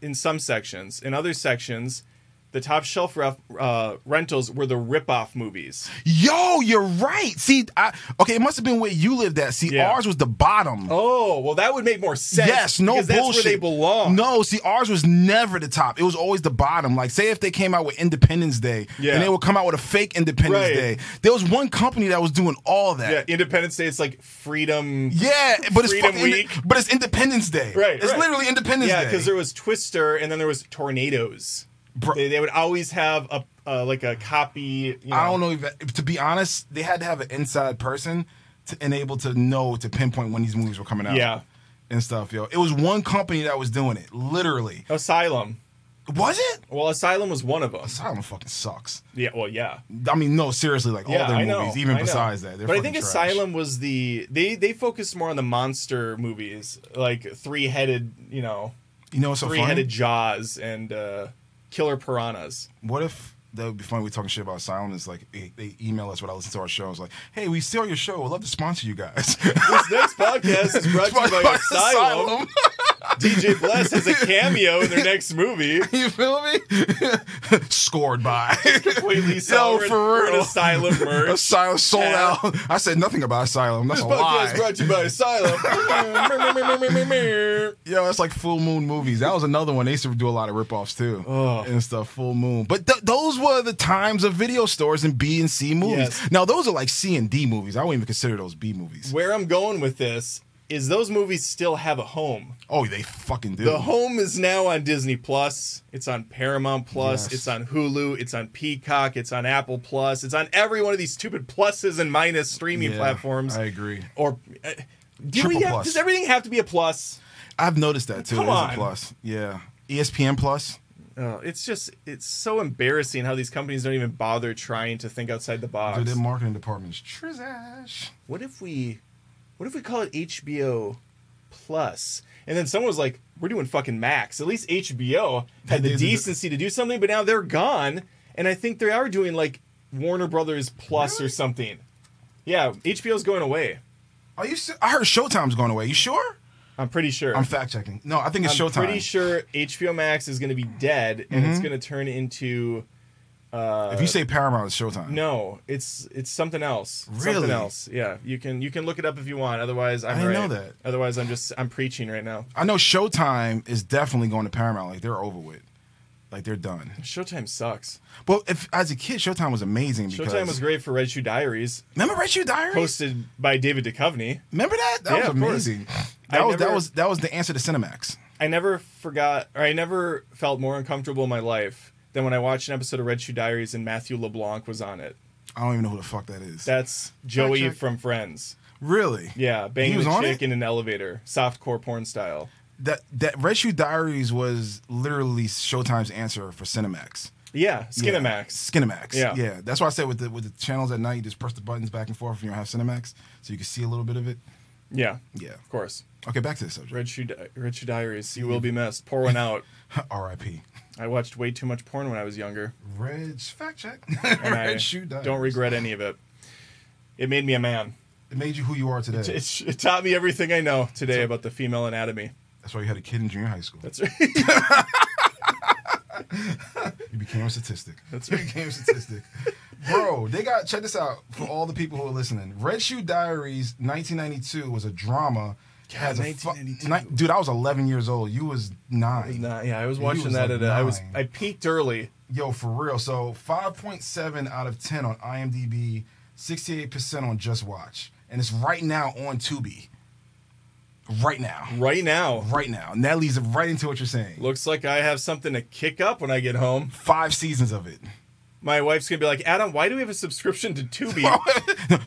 S1: In some sections, in other sections, the top shelf ref, uh, rentals were the rip-off movies.
S2: Yo, you're right. See, I, okay, it must have been where you lived at. See,
S1: Yeah.
S2: ours was the bottom.
S1: Oh, well, that would make more sense.
S2: Yes, no
S1: because
S2: bullshit.
S1: That's where they belong.
S2: No, see, ours was never the top. It was always the bottom. Like, say if they came out with Independence Day,
S1: Yeah.
S2: and they would come out with a fake Independence
S1: Right.
S2: Day. There was one company that was doing all that.
S1: Yeah, Independence Day. It's like freedom.
S2: Yeah, but it's
S1: Freedom
S2: fucking,
S1: Week.
S2: But it's Independence Day.
S1: Right,
S2: It's
S1: right.
S2: literally Independence
S1: Yeah,
S2: Day.
S1: because there was Twister, and then there was Tornadoes.
S2: Bro-
S1: They, they would always have a uh, like a copy. You know,
S2: I don't know. If, to be honest, they had to have an inside person to enable to know to pinpoint when these movies were coming out.
S1: Yeah.
S2: And stuff, yo. It was one company that was doing it, literally.
S1: Asylum.
S2: Was it?
S1: Well, Asylum was one of them.
S2: Asylum fucking sucks.
S1: Yeah. Well, yeah.
S2: I mean, no, seriously, like
S1: Yeah,
S2: all their
S1: I know.
S2: movies, even
S1: I know.
S2: besides that. They're
S1: but I
S2: fucking
S1: think
S2: trash.
S1: Asylum was the they they focused more on the monster movies, like three headed, you know,
S2: You know what's so
S1: three headed
S2: funny?
S1: Jaws and uh, killer piranhas.
S2: What if that would be funny? We talking shit about Asylum. It's like they, they email us when I listen to our show. It's like, hey, we saw your show. We'd love to sponsor you guys.
S1: This next podcast is brought to you by Asylum. DJ Bless has a cameo in their next movie.
S2: You feel me? Scored by.
S1: Completely sold.
S2: for
S1: We're an
S2: real.
S1: Asylum merch.
S2: Asylum sold
S1: Yeah.
S2: out. I said nothing about Asylum. That's
S1: This
S2: a
S1: podcast is
S2: lie.
S1: brought to you by Asylum.
S2: Yo, that's like Full Moon movies. That was another one. They used to do a lot of ripoffs too
S1: Ugh.
S2: and stuff. Full Moon, but th- those were the times of video stores and B and C movies.
S1: Yes.
S2: Now those are like C and D movies. I wouldn't even consider those B movies.
S1: Where I'm going with this is those movies still have a home.
S2: Oh, they fucking do.
S1: The home is now on Disney Plus. It's on Paramount Plus.
S2: Yes.
S1: It's on Hulu. It's on Peacock. It's on Apple Plus. It's on every one of these stupid pluses and minus streaming
S2: Yeah,
S1: platforms.
S2: I agree.
S1: Or uh, do
S2: Triple
S1: we have,
S2: plus.
S1: does everything have to be a plus?
S2: I've noticed that too.
S1: Come
S2: it is
S1: on.
S2: a plus. Yeah. E ESPN Plus.
S1: Uh, it's just it's so embarrassing how these companies don't even bother trying to think outside the box.
S2: Dude, their marketing department's trash.
S1: what if we what if we call it HBO Plus? And then someone was like, we're doing fucking Max. At least HBO had the
S2: They did the-
S1: decency to do something, but now they're gone. And I think they are doing like Warner Brothers Plus or something. Yeah, HBO's going away.
S2: Are you? se- I heard Showtime's going away. You sure?
S1: I'm pretty sure.
S2: I'm fact checking. No, I think it's
S1: I'm
S2: Showtime. Mm-hmm.
S1: pretty sure HBO Max is going to be dead and it's going to turn into
S2: if you say Paramount, it's Showtime.
S1: no, it's it's something else. Something
S2: Really?
S1: else. Yeah, you can you can look it up if you want. Otherwise, I'm
S2: I didn't
S1: right.
S2: know that.
S1: Otherwise, I'm just I'm preaching right now.
S2: I know Showtime is definitely going to Paramount. Like they're over with. Like they're done.
S1: Showtime sucks.
S2: Well, if as a kid, Showtime was amazing because
S1: Showtime was great for Red Shoe Diaries,
S2: Remember Red Shoe Diaries?
S1: hosted by David Duchovny.
S2: remember that? That
S1: Yeah,
S2: was
S1: of course.
S2: amazing.
S1: I
S2: That was
S1: never-
S2: that was that was the answer to Cinemax.
S1: I never forgot, or I never felt more uncomfortable in my life than when I watched an episode of Red Shoe Diaries and Matthew LeBlanc was on it.
S2: I don't even know who the fuck that is.
S1: That's Joey
S2: check.
S1: from Friends.
S2: really?
S1: Yeah, banging
S2: He was
S1: the
S2: on
S1: chick
S2: it?
S1: in an elevator, softcore porn style.
S2: That that Red Shoe Diaries was literally Showtime's answer for Cinemax.
S1: Yeah,
S2: Yeah.
S1: Skinamax.
S2: Cinemax.
S1: Yeah.
S2: Yeah. Yeah. That's why I said with the with the channels at night, you just press the buttons back and forth and you don't have Cinemax, so you can see a little bit of it.
S1: Yeah,
S2: Yeah.
S1: of course.
S2: Okay, back to the subject.
S1: Red Shoe, Di- Red Shoe Diaries. You will be missed. Pour one out.
S2: R.I.P.
S1: I watched way too much porn when I was younger,
S2: Reg fact check.
S1: and I
S2: Red shoe diaries.
S1: don't regret any of it. It made me a man.
S2: It made you who you are today.
S1: It, it taught me everything I know today about the female anatomy.
S2: That's why you had a kid in junior high school.
S1: That's right.
S2: You became a statistic.
S1: That's
S2: you
S1: right.
S2: became a statistic. Bro, they got check this out for all the people who are listening. Red Shoe Diaries 1992 was a drama.
S1: God,
S2: Has a fu-
S1: 1992.
S2: ni- dude, I was 11 years old. You was nine.
S1: Nah, yeah, I was
S2: You
S1: watching
S2: was
S1: that
S2: like
S1: at. A, I was
S2: nine.
S1: I peaked early.
S2: Yo, for real. So 5.7 out of 10 on IMDb, 68% on Just Watch, and it's right now on Tubi. Right now,
S1: Right now,
S2: right now, and that leads right into what you're saying.
S1: looks like I have something to kick up when I get home.
S2: Five seasons of it.
S1: My wife's gonna be like, Adam, why do we have a subscription to Tubi?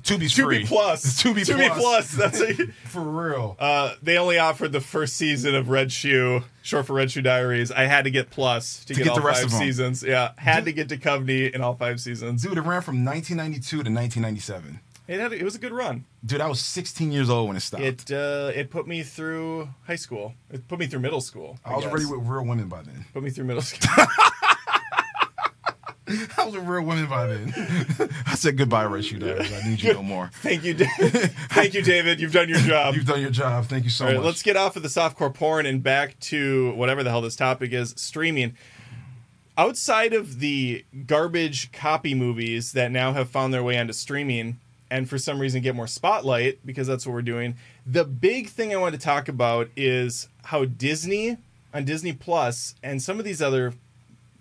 S2: Tubi's free.
S1: Tubi Plus.
S2: It's Tubi,
S1: Tubi Plus. That's a,
S2: For real.
S1: uh, they only offered the first season of Red Shoe, short for Red Shoe Diaries. I had to get Plus to,
S2: get
S1: all
S2: the rest
S1: five
S2: of 'em.
S1: seasons. Yeah, had to get to Coveney in all five seasons.
S2: Dude, it ran from 1992 to 1997.
S1: It had it was a good run.
S2: Dude, I was 16 years old when it stopped.
S1: It uh, it put me through high school. It put me through middle school.
S2: I was
S1: guess.
S2: already with real women by then.
S1: Put me through middle school.
S2: I was with real women by then. I said goodbye, Red Shoe Diaries. I need you no more.
S1: Thank you, David. Thank you, David. You've done your job.
S2: You've done your job. Thank you so
S1: All right,
S2: much.
S1: let's get off of the softcore porn and back to whatever the hell this topic is streaming. Outside of the garbage copy movies that now have found their way onto streaming and for some reason get more spotlight because that's what we're doing, the big thing I want to talk about is how Disney on Disney Plus and some of these other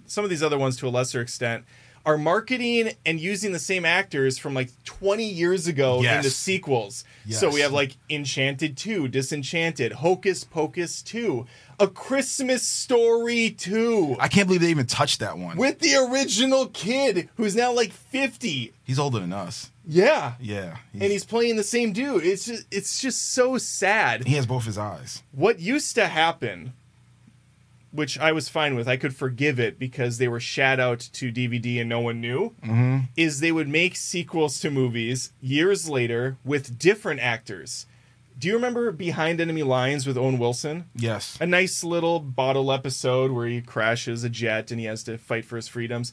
S1: some of these other ones to a lesser extent are marketing and using the same actors from like 20 years ago in
S2: Yes.
S1: the sequels. So we
S2: Yes.
S1: have like Enchanted 2, Disenchanted, Hocus Pocus 2, A Christmas Story 2
S2: I can't believe they even touched that one.
S1: with the original kid who's now like 50.
S2: he's older than us.
S1: Yeah.
S2: Yeah.
S1: And he's playing the same dude. It's just it's just so sad.
S2: he has both his eyes.
S1: what used to happen which i was fine with i could forgive it because they were shout out to dvd and no one knew is they would make sequels to movies years later with different actors do you remember behind enemy lines with owen wilson
S2: Yes.
S1: a nice little bottle episode where he crashes a jet and he has to fight for his freedoms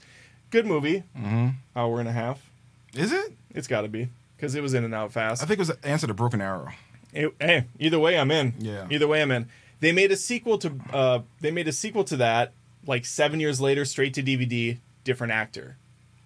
S1: good movie
S2: Mm-hmm.
S1: hour and a half
S2: Is it?
S1: it's got to be because it was in and out fast
S2: I think it was the answer to Broken Arrow.
S1: it- hey, either way, I'm in.
S2: Yeah.
S1: Either way, I'm in. They made a sequel to uh, they made a sequel to that like seven years later, straight to DVD, different actor.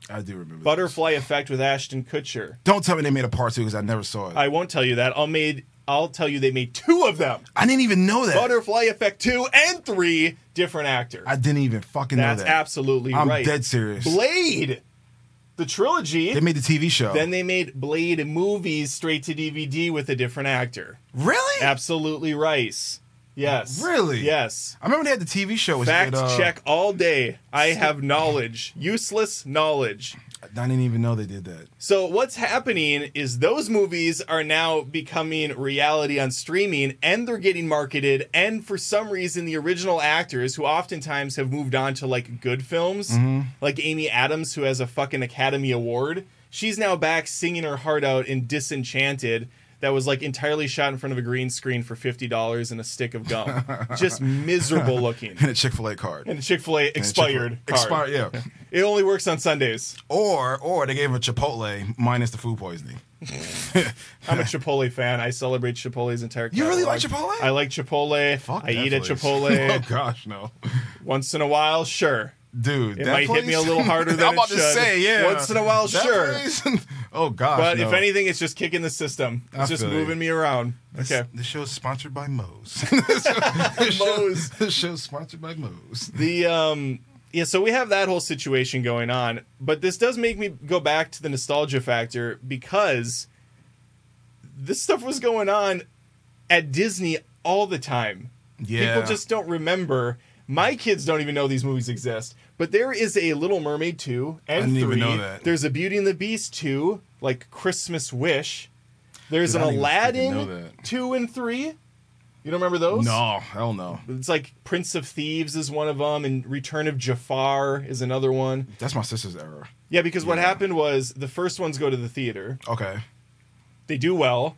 S2: I do remember. that.
S1: Butterfly Effect with Ashton Kutcher.
S2: Don't tell me they made a part two because I never saw it. I,
S1: I won't tell you that. I'll made I'll tell you they made two of them.
S2: didn't even know that.
S1: Butterfly Effect two and three, different actor.
S2: I didn't even fucking
S1: That's
S2: know that.
S1: absolutely
S2: I'm
S1: right.
S2: dead serious.
S1: Blade, the trilogy.
S2: They made the TV show.
S1: then they made Blade movies straight to DVD with a different actor.
S2: really?
S1: Absolutely Rice. Yes.
S2: Really?
S1: Yes.
S2: I remember they had the TV show. It was-
S1: Fact
S2: it, uh,
S1: check all day. I have knowledge, useless knowledge.
S2: I didn't even know they did that.
S1: So what's happening is those movies are now becoming reality on streaming and they're getting marketed and for some reason the original actors who oftentimes have moved on to like good films
S2: Mm-hmm.
S1: like Amy Adams who has a fucking Academy Award, she's now back singing her heart out in Disenchanted that was like entirely shot in front of a green screen for $50 and a stick of gum. Just miserable looking.
S2: And a Chick Fil A card.
S1: And Chick Fil A
S2: And a Chick-fil-
S1: expired. card.
S2: Expired. Yeah.
S1: It only works on Sundays.
S2: Or or they gave him a Chipotle minus the food poisoning.
S1: I'm a Chipotle fan. I celebrate Chipotle's entire.
S2: You really like
S1: catalog.
S2: Chipotle?
S1: I like Chipotle.
S2: Fuck.
S1: I
S2: that
S1: eat at
S2: place.
S1: Chipotle
S2: oh gosh, no,
S1: once in a while. Sure,
S2: dude.
S1: it
S2: that
S1: might hit me a
S2: place-
S1: little harder than
S2: I'm
S1: it
S2: about to
S1: should.
S2: say. Yeah.
S1: Once in a while,
S2: That
S1: sure.
S2: place- oh gosh.
S1: but if
S2: no.
S1: anything, it's just kicking the system. It's
S2: I
S1: just
S2: feel you.
S1: moving me around.
S2: This,
S1: Okay.
S2: This show's sponsored by Moe's. This show- this show-
S1: Moe's.
S2: This show's sponsored by Moe's.
S1: The um yeah, so we have that whole situation going on, but this does make me go back to the nostalgia factor because this stuff was going on at Disney all the time.
S2: Yeah.
S1: People just don't remember. My kids don't even know these movies exist. But there is a Little Mermaid 2 and
S2: I didn't
S1: 3.
S2: even know that.
S1: There's a Beauty and the Beast 2, like Christmas Wish. There's
S2: Dude, I
S1: an
S2: didn't even freaking know
S1: Aladdin
S2: that.
S1: 2 and 3. You don't remember those?
S2: No, hell no.
S1: It's like Prince of Thieves is one of them, and Return of Jafar is another one.
S2: That's my sister's error.
S1: Yeah, because what
S2: Yeah.
S1: happened was the first ones go to the theater,
S2: Okay.
S1: they do well,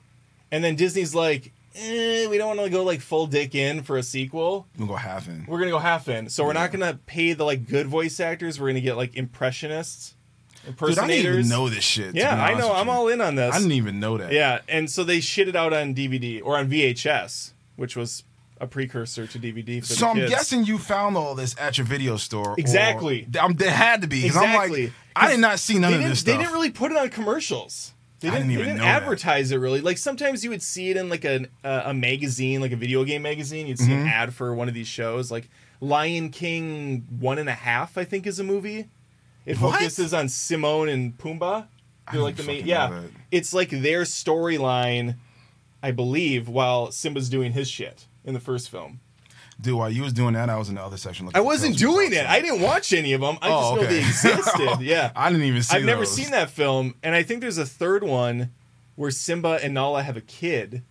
S1: and then Disney's like, eh, we don't want to go like full dick in for a sequel.
S2: We'll go half in.
S1: We're gonna go half in, so we're not gonna pay the like good voice actors. We're gonna get like impressionists,
S2: Dude, I didn't even
S1: impersonators.
S2: know this shit. to
S1: yeah,
S2: be
S1: I
S2: honest
S1: know.
S2: with
S1: I'm
S2: you.
S1: all in on this.
S2: I didn't e- even know that.
S1: Yeah, and so they shit it out on DVD or on VHS, which was a precursor to DVD. For
S2: So
S1: the
S2: I'm
S1: kids.
S2: guessing you found all this at your video store. or-
S1: Exactly.
S2: I'm, there had to be. 'cause I'm
S1: Exactly.
S2: like, I did not see none
S1: they
S2: of
S1: didn't,
S2: this
S1: they
S2: stuff.
S1: didn't really put it on commercials. They
S2: I
S1: didn't,
S2: didn't even
S1: they didn't
S2: know that.
S1: advertise it really. Like sometimes you would see it in like a uh, a magazine, like a video game magazine. You'd see
S2: Mm-hmm.
S1: an ad for one of these shows, like Lion King One and a Half. I think is a movie. It
S2: What?
S1: focuses on Simone and Pumbaa. They're
S2: didn't
S1: like the main.
S2: fucking
S1: Yeah,
S2: know that.
S1: it's like their storyline, I believe, while Simba's doing his shit in the first film.
S2: Dude, while you was doing that, I was in the other section. looking
S1: I
S2: for
S1: wasn't
S2: Tales from
S1: doing it.
S2: Outside.
S1: I didn't watch any of them. I just
S2: Oh,
S1: know
S2: okay.
S1: they existed. Yeah.
S2: I didn't even see
S1: I've never
S2: those.
S1: seen that film, and I think there's a third one where Simba and Nala have a kid,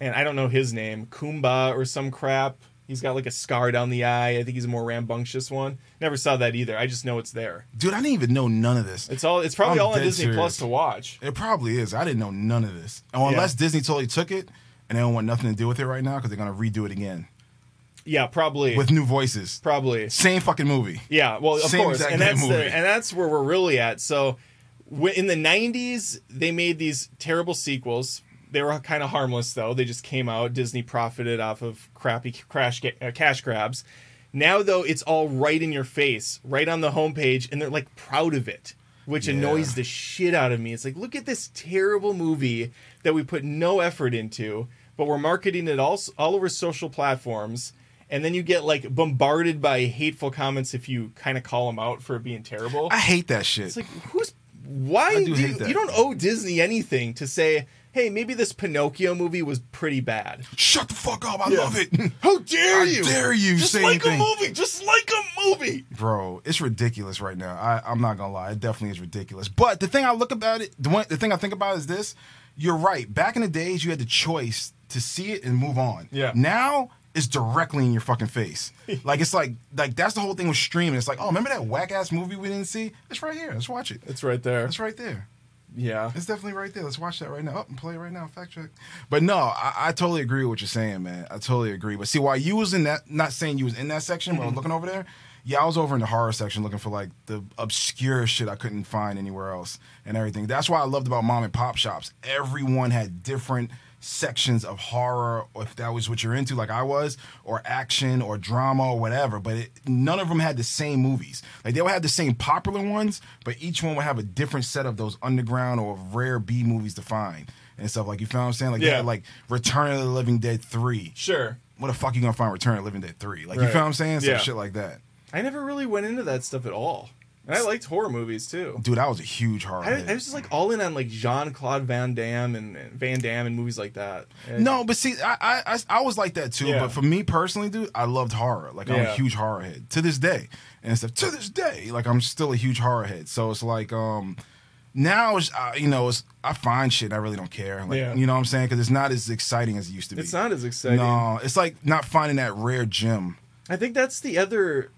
S1: and I don't know his name, Kumba or some crap. He's got like a scar down the eye. I think he's a more rambunctious one. Never saw that either. I just know it's there.
S2: Dude, I didn't even know none of this.
S1: It's all. It's probably
S2: I'm
S1: all on
S2: dead
S1: Disney
S2: serious.
S1: Plus to watch.
S2: It probably is. I didn't know none of this. And unless Disney totally took it and they don't want nothing to do with it right now because they're going to redo it again
S1: Yeah, probably.
S2: with new voices.
S1: probably.
S2: Same fucking movie.
S1: Yeah, well, of
S2: Same
S1: course,
S2: exact
S1: and
S2: kind of
S1: that's
S2: movie.
S1: the, and that's where we're really at. So, w- in the '90s, they made these terrible sequels. They were kind of harmless though. They just came out. Disney profited off of crappy crash ga- uh, cash grabs. Now though, it's all right in your face, right on the homepage, and they're like proud of it, which
S2: Yeah.
S1: annoys the shit out of me. It's like, look at this terrible movie that we put no effort into, but we're marketing it all all over social platforms. And then you get like bombarded by hateful comments if you kind of call them out for being terrible.
S2: I hate that shit.
S1: It's like who's why
S2: I
S1: do,
S2: do
S1: you,
S2: hate that.
S1: you don't owe Disney anything to say, hey, maybe this Pinocchio movie was pretty bad.
S2: Shut the fuck up. I love it.
S1: How dare
S2: How
S1: you?
S2: dare you
S1: Just
S2: say
S1: like
S2: anything.
S1: a movie, just like a movie.
S2: Bro, it's ridiculous right now. I, I'm not gonna lie, it definitely is ridiculous. But the thing I look about it, the one, the thing I think about is this: you're right. Back in the days, you had the choice to see it and move on.
S1: Yeah.
S2: Now it's directly in your fucking face. like it's like like that's the whole thing with streaming. It's like, oh, remember that whack ass movie we didn't see? It's right here. Let's watch it.
S1: It's right there.
S2: It's right there.
S1: Yeah.
S2: It's definitely right there. Let's watch that right now. Up and play it right now. Fact check. But no, I, I totally agree with what you're saying, man. I totally agree. But see, while you was in that, not saying you was in that section, but I was looking over there. Yeah, I was over in the horror section looking for like the obscure shit I couldn't find anywhere else and everything. That's why I loved about mom and pop shops. Everyone had different sections of horror, or if that was what you're into, like I was, or action or drama or whatever. But it, none of them had the same movies. Like they would have the same popular ones, but each one would have a different set of those underground or rare B movies to find and stuff. Like you found what I'm saying? Like
S1: Yeah.
S2: yeah, like Return of the Living Dead three.
S1: Sure.
S2: What the fuck you gonna find Return of the Living Dead three? Like
S1: Right.
S2: you found what I'm saying? Some
S1: Yeah.
S2: shit like that.
S1: I never really went into that stuff at all. And I liked horror movies too.
S2: Dude, I was a huge horror.
S1: I,
S2: head.
S1: I was just like all in on like Jean Claude Van Damme and, and Van Damme and movies like that. And-
S2: No, but see, I I, I, I was like that too.
S1: Yeah.
S2: But for me personally, dude, I loved horror. Like I'm
S1: Yeah.
S2: a huge horror head to this day, and stuff. To this day, like I'm still a huge horror head. So it's like um. Now, it's, uh, you know, it's, I find shit and I really don't care. Like,
S1: Yeah.
S2: You know what I'm saying? Because it's not as exciting as it used to be.
S1: It's not as exciting.
S2: No, it's like not finding that rare gem.
S1: I think that's the other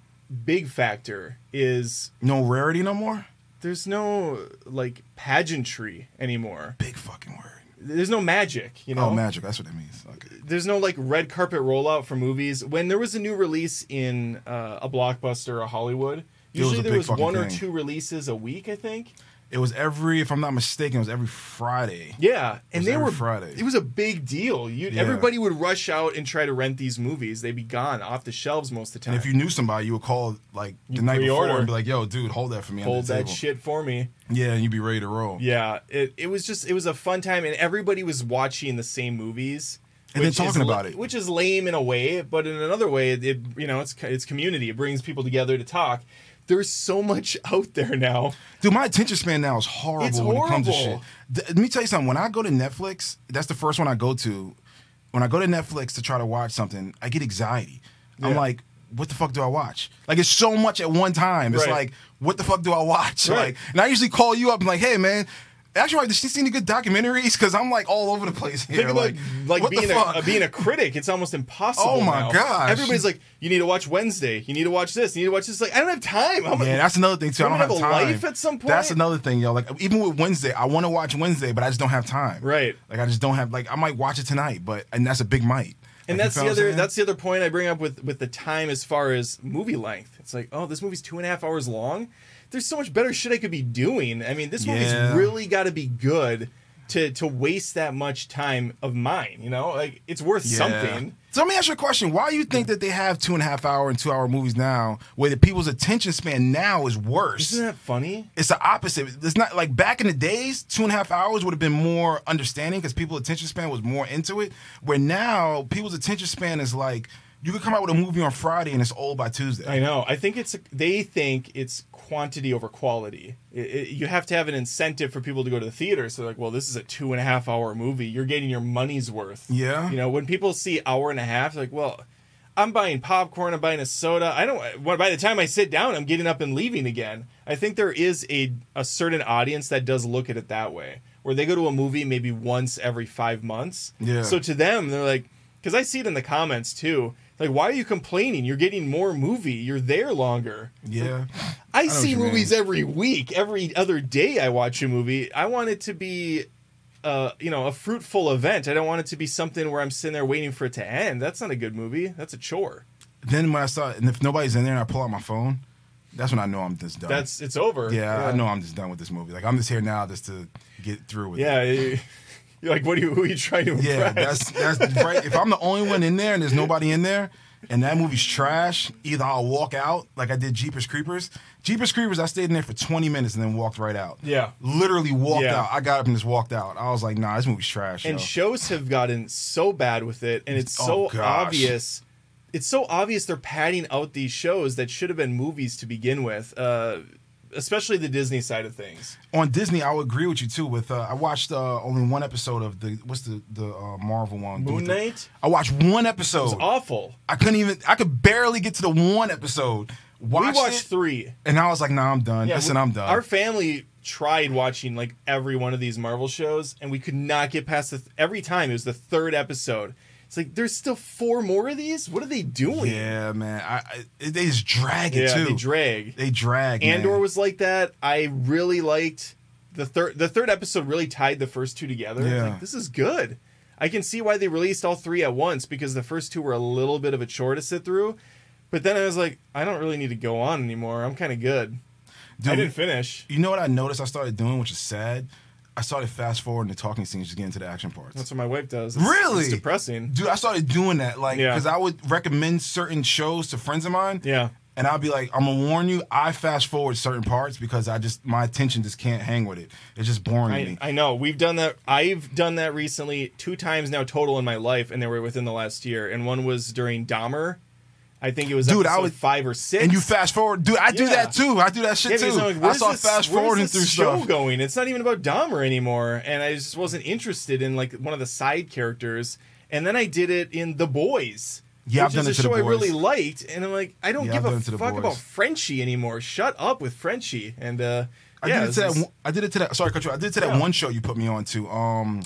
S1: big factor is
S2: No rarity no more?
S1: there's no like pageantry anymore.
S2: Big fucking word.
S1: There's no magic, you know.
S2: Oh, magic. That's what it means. Okay.
S1: There's no like red carpet rollout for movies. When there was a new release in uh, a blockbuster or Hollywood,
S2: It was
S1: usually
S2: a
S1: there
S2: big
S1: was
S2: fucking
S1: one or
S2: thing.
S1: two releases a week, I think.
S2: It was every, if I'm not mistaken, it was every Friday.
S1: Yeah, and
S2: was
S1: they
S2: every
S1: were
S2: Friday.
S1: It was a big deal. You
S2: Yeah.
S1: everybody would rush out and try to rent these movies. They'd be gone off the shelves most of the time.
S2: And if you knew somebody, you would call like the night
S1: pre-order.
S2: before and be like, "Yo, dude, hold that for me." under
S1: hold
S2: the
S1: that
S2: table."
S1: shit for me.
S2: Yeah, and you'd be ready to roll.
S1: Yeah, it, it was just it was a fun time, and everybody was watching the same movies
S2: And then
S1: which is
S2: talking
S1: la-
S2: about it.
S1: which is lame in a way, but in another way, it you know it's co- it's community. It brings people together to talk. There's so much out there now.
S2: Dude, my attention span now is horrible,
S1: It's
S2: when it comes to shit.
S1: horrible.
S2: Th- let me tell you something. When I go to Netflix, that's the first one I go to. When I go to Netflix to try to watch something, I get anxiety. I'm
S1: Yeah.
S2: like, what the fuck do I watch? Like, it's so much at one time. It's
S1: Right.
S2: like, what the fuck do I watch?
S1: Right.
S2: Like, and I usually call you up and like, hey man, Actually, like, did she see any good documentaries? Because I'm like all over the place here.
S1: Think about like,
S2: what the
S1: being a,
S2: fuck?
S1: uh, being a critic. It's almost impossible.
S2: Oh my
S1: now.
S2: gosh.
S1: Everybody's like, you need to watch Wednesday. You need to watch this. You need to watch this. Like, I don't have time. I'm
S2: yeah, that's another thing too. I don't
S1: Don't
S2: have,
S1: have a
S2: time.
S1: life at some point?
S2: That's another thing, y'all. Like even with Wednesday, I want to watch Wednesday, but I just don't have time.
S1: Right.
S2: Like I just don't have. Like I might watch it tonight, but and that's a big might.
S1: and
S2: Like,
S1: that's
S2: you
S1: the
S2: feel what I'm
S1: other
S2: saying?
S1: that's the other point I bring up with with the time as far as movie length. It's like, oh, this movie's two and a half hours long. There's so much better shit I could be doing. I mean, this
S2: Yeah.
S1: movie's really got to be good to to waste that much time of mine. You know, like it's worth
S2: Yeah.
S1: something.
S2: So let me ask you a question: Why you think that they have two and a half hour and two hour movies now, where the people's attention span now is worse?
S1: Isn't that funny?
S2: it's the opposite. It's not like back in the days, two and a half hours would have been more understanding because people's attention span was more into it. Where now, people's attention span is like you could come out with a movie on Friday and it's old by Tuesday.
S1: I know. I think it's they think it's quantity over quality. I i you have to have an incentive for people to go to the theater. So like, well, this is a two and a half hour movie. You're getting your money's worth.
S2: Yeah.
S1: You know, when people see hour and a half, they're like, well, I'm buying popcorn. I'm buying a soda. I don't. Well, by the time I sit down, I'm getting up and leaving again. I think there is a a certain audience that does look at it that way, where they go to a movie maybe once every five months.
S2: Yeah.
S1: So to them, they're like, because I see it in the comments too. Like, why are you complaining? You're getting more movie. You're there longer.
S2: Yeah.
S1: I,
S2: know
S1: see
S2: what you
S1: movies every week, every other day. I watch a movie. I want it to be, uh, you know, a fruitful event. I don't want it to be something where I'm sitting there waiting for it to end. That's not a good movie. That's a chore.
S2: Then when I start, and if nobody's in there and I pull out my phone, that's when I know I'm just done.
S1: That's it's over.
S2: yeah, I know I'm just done with this movie. Like I'm just here now just to get through with it.
S1: Yeah, you- you're like, what are you? Who are you trying to impress?
S2: Yeah, that's that's right. If I'm the only one in there and there's nobody in there, and that movie's trash, either I'll walk out like I did Jeepers Creepers. Jeepers Creepers, I stayed in there for 20 minutes and then walked right out.
S1: Yeah.
S2: literally walked
S1: Yeah.
S2: out. I got up and just walked out. I was like, nah, this movie's trash.
S1: and
S2: yo.
S1: shows have gotten so bad with it and it's
S2: Oh,
S1: so
S2: gosh.
S1: obvious it's so obvious they're padding out these shows that should have been movies to begin with uh especially the disney side of things
S2: on Disney, I would agree with you too. With uh, I watched uh, only one episode of the what's the the uh, Marvel one?
S1: Moon Knight?
S2: I watched one episode.
S1: it's awful
S2: I couldn't even. I could barely get to the one episode.
S1: we
S2: Watched
S1: watched
S2: it,
S1: three
S2: and I was like, "Nah, I'm done.
S1: Yeah,
S2: Listen,
S1: we-
S2: I'm done."
S1: Our family tried watching like every one of these Marvel shows, and we could not get past the. Th- every time it was the third episode. It's like there's still four more of these. What are they doing?
S2: yeah, man. I, I it- they just drag it
S1: Yeah,
S2: too.
S1: they drag.
S2: They drag.
S1: Andor
S2: man.
S1: was like that. I really liked the third. The third episode really tied the first two together.
S2: Yeah.
S1: Like, this is good. I can see why they released all three at once because the first two were a little bit of a chore to sit through. But then I was like, I don't really need to go on anymore. I'm kind of good. I
S2: Dude,
S1: didn't finish.
S2: You know what I noticed? I started doing, which is sad. I started fast forwarding the talking scenes to get into the action parts.
S1: That's what my wife does. It's-
S2: Really?
S1: It's depressing.
S2: Dude, I started doing that, like,
S1: Yeah.
S2: because I would recommend certain shows to friends of mine.
S1: Yeah.
S2: And I'll be like, I'm gonna warn you. I fast forward certain parts because I just my attention just can't hang with it. It's just boring to
S1: I,
S2: me.
S1: I know. We've done that. I've done that recently two times now total in my life, and they were within the last year. And one was during Dahmer. I think it was
S2: Dude, I
S1: episode
S2: would-
S1: five or six.
S2: and you fast forward, dude. I do
S1: Yeah.
S2: that too. I do that shit
S1: Yeah,
S2: too.
S1: because I'm like,
S2: I
S1: where's
S2: saw
S1: this-
S2: fast
S1: where's
S2: forwarding
S1: this
S2: through
S1: show
S2: stuff.
S1: going. It's not even about Dahmer anymore, and I just wasn't interested in like one of the side characters. And then I did it in The Boys.
S2: Yeah, I've
S1: which
S2: done it
S1: is
S2: to
S1: a
S2: The
S1: show I
S2: Boys.
S1: really liked, and I'm like, I don't
S2: Yeah, I've
S1: give
S2: done
S1: a
S2: it to The
S1: fuck
S2: Boys.
S1: about Frenchie anymore. Shut up with Frenchie. And uh,
S2: I
S1: yeah,
S2: did it
S1: this
S2: to that.
S1: is-
S2: one- I did it to that. Sorry, cut you. off. I did it to that
S1: Yeah.
S2: one show you put me on to. Um,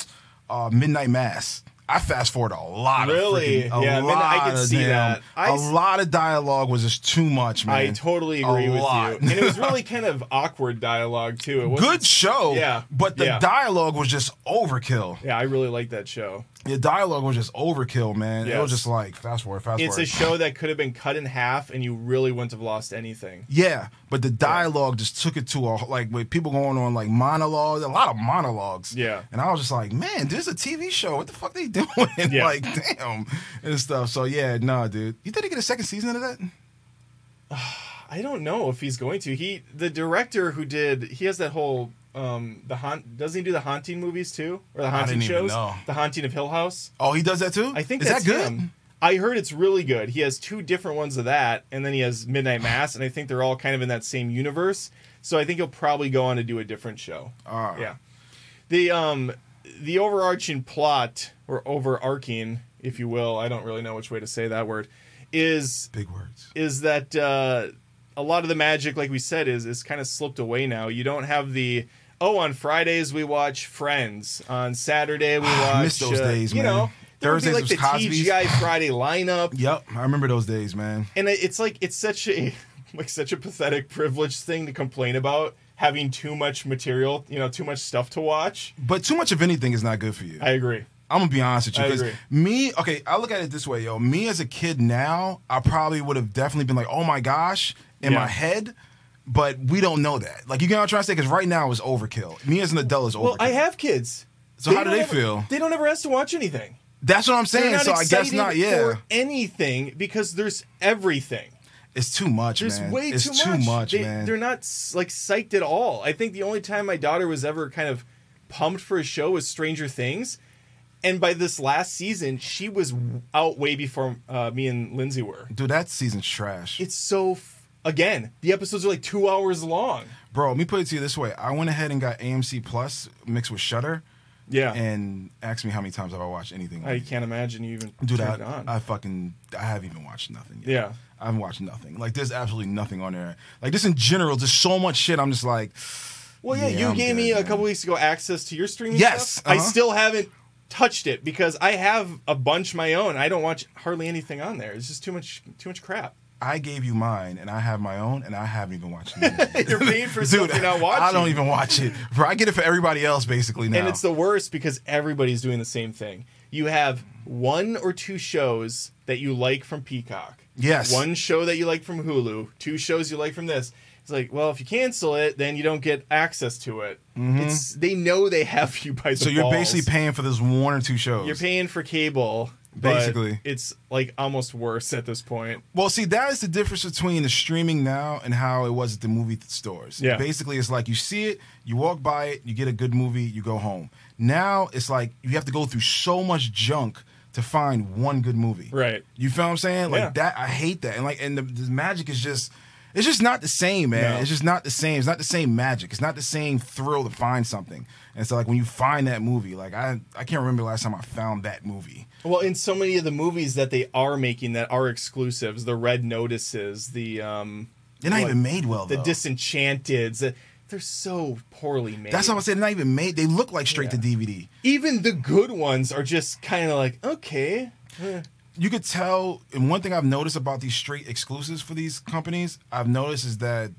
S2: uh, Midnight Mass. I fast forward a lot.
S1: Really?
S2: Of freaking, a
S1: Yeah, Midnight- I
S2: lot
S1: could
S2: of
S1: see
S2: damn-
S1: that. I
S2: A
S1: s-
S2: lot of dialogue was just too much, man.
S1: I totally
S2: A
S1: agree with
S2: lot.
S1: you. And it was really kind of awkward dialogue too. It wasn't-
S2: Good show.
S1: Yeah,
S2: But the
S1: yeah.
S2: dialogue was just overkill.
S1: Yeah, I really like that show.
S2: The dialogue was just overkill, man. It was
S1: Yes.
S2: just like fast forward, fast
S1: It's
S2: forward.
S1: a show that could have been cut in half, and you really wouldn't have lost anything.
S2: yeah, but the dialogue just took it to a like with people going on like monologues, a lot of monologues.
S1: Yeah.
S2: and I was just like, man, this is a TV show. What the fuck they doing?
S1: Yeah.
S2: like, damn, and stuff. So yeah, no, dude. You think they get a second season of that?
S1: I don't know if he's going to. He the director who did he has that whole um the haunt doesn't he do the haunting movies too or the haunting
S2: didn't even
S1: shows
S2: know.
S1: the haunting of Hill House.
S2: Oh, he does that too.
S1: I think
S2: is
S1: that's
S2: that good.
S1: him. I heard it's really good. He has two different ones of that, and then he has Midnight Mass, and I think they're all kind of in that same universe. So I think he'll probably go on to do a different show.
S2: Ah.
S1: Yeah. The um the overarching plot or overarching, if you will, I don't really know which way to say that word, is
S2: Big words.
S1: is that uh, a lot of the magic, like we said, is is kind of slipped away now. You don't have the Oh, on Fridays we watch Friends. On Saturday we watch.
S2: Ah,
S1: uh,
S2: I miss those days,
S1: You
S2: man.
S1: know, there would be,
S2: Thursdays
S1: like
S2: was
S1: the
S2: Cosby's.
S1: TGI Friday lineup,
S2: Yep, I remember those days, man.
S1: and it- it's like it's such a like such a pathetic privileged thing to complain about having too much material. You know, too much stuff to watch.
S2: But too much of anything is not good for you.
S1: I agree.
S2: I'm gonna be honest with you.
S1: I
S2: 'cause
S1: agree.
S2: Me, okay, I look at it this way, yo. Me as a kid now, I probably would have definitely been like, oh my gosh, in
S1: Yeah.
S2: my head. But we don't know that. Like you get what I'm trying to say, because right now is overkill. Me as an adult is overkill.
S1: Well, I have kids.
S2: So how do
S1: don't
S2: they
S1: ever-
S2: feel?
S1: They don't ever ask to watch anything.
S2: That's what I'm
S1: They're
S2: saying.
S1: not
S2: So I
S1: excited
S2: guess not. Yeah,
S1: for anything because there's everything.
S2: it's too much,
S1: There's
S2: man.
S1: way
S2: it's
S1: too much. they,
S2: man.
S1: They're not s- like psyched at all. I think the only time my daughter was ever kind of pumped for a show was Stranger Things, and by this last season, she was out way before uh, me and Lindsay were.
S2: Dude, that season's trash,
S1: It's so f- again, the episodes are like two hours long.
S2: bro. Let me put it to you this way: I went ahead and got AMC Plus mixed with Shutter,
S1: Yeah,
S2: and asked me how many times have I watched anything. on
S1: I
S2: it.
S1: can't imagine you even
S2: Dude,
S1: turned it
S2: I,
S1: on.
S2: I fucking I haven't even watched nothing yet.
S1: Yeah.
S2: I haven't watched nothing. Like there's absolutely nothing on there. Like just in general, just so much shit. I'm just like,
S1: Well, yeah,
S2: Yeah,
S1: you
S2: I'm
S1: gave
S2: good,
S1: me a
S2: man.
S1: couple weeks ago access to your streaming.
S2: Yes,
S1: stuff. I
S2: uh-huh.
S1: still haven't touched it because I have a bunch my own. I don't watch hardly anything on there. It's just too much, too much crap.
S2: I gave you mine and I have my own and I haven't even watched it.
S1: You're paying for
S2: Dude,
S1: something not watching.
S2: I don't even watch it. Bro, I get it for everybody else basically now.
S1: And it's the worst because everybody's doing the same thing. You have one or two shows that you like from Peacock.
S2: Yes.
S1: One show that you like from Hulu. Two shows you like from this. It's like, well, if you cancel it, then you don't get access to it. It's they know they have you by the
S2: Mm-hmm. so you're
S1: balls.
S2: basically paying for this one or two shows.
S1: You're paying for cable. but
S2: Basically.
S1: it's like almost worse at this point.
S2: Well, see, that is the difference between the streaming now and how it was at the movie th- stores.
S1: Yeah.
S2: Basically, it's like you see it, you walk by it, you get a good movie, you go home. Now it's like you have to go through so much junk to find one good movie.
S1: Right.
S2: You feel what I'm saying? Like
S1: Yeah.
S2: that, I hate that. And like, and the, the magic is just. It's just not the same, man.
S1: No.
S2: It's just not the same. It's not the same magic. It's not the same thrill to find something. And so, like when you find that movie, like I, I can't remember the last time I found that movie.
S1: Well, in so many of the movies that they are making that are exclusives, the Red Notices, the um,
S2: They're not
S1: what-
S2: even made well.
S1: the
S2: though.
S1: Disenchanteds, uh, they're so poorly made.
S2: That's how I said they're not even made. They look like straight
S1: Yeah.
S2: to DVD.
S1: Even the good ones are just kind of like okay, eh.
S2: You could tell. And one thing I've noticed about these straight exclusives for these companies, I've noticed is that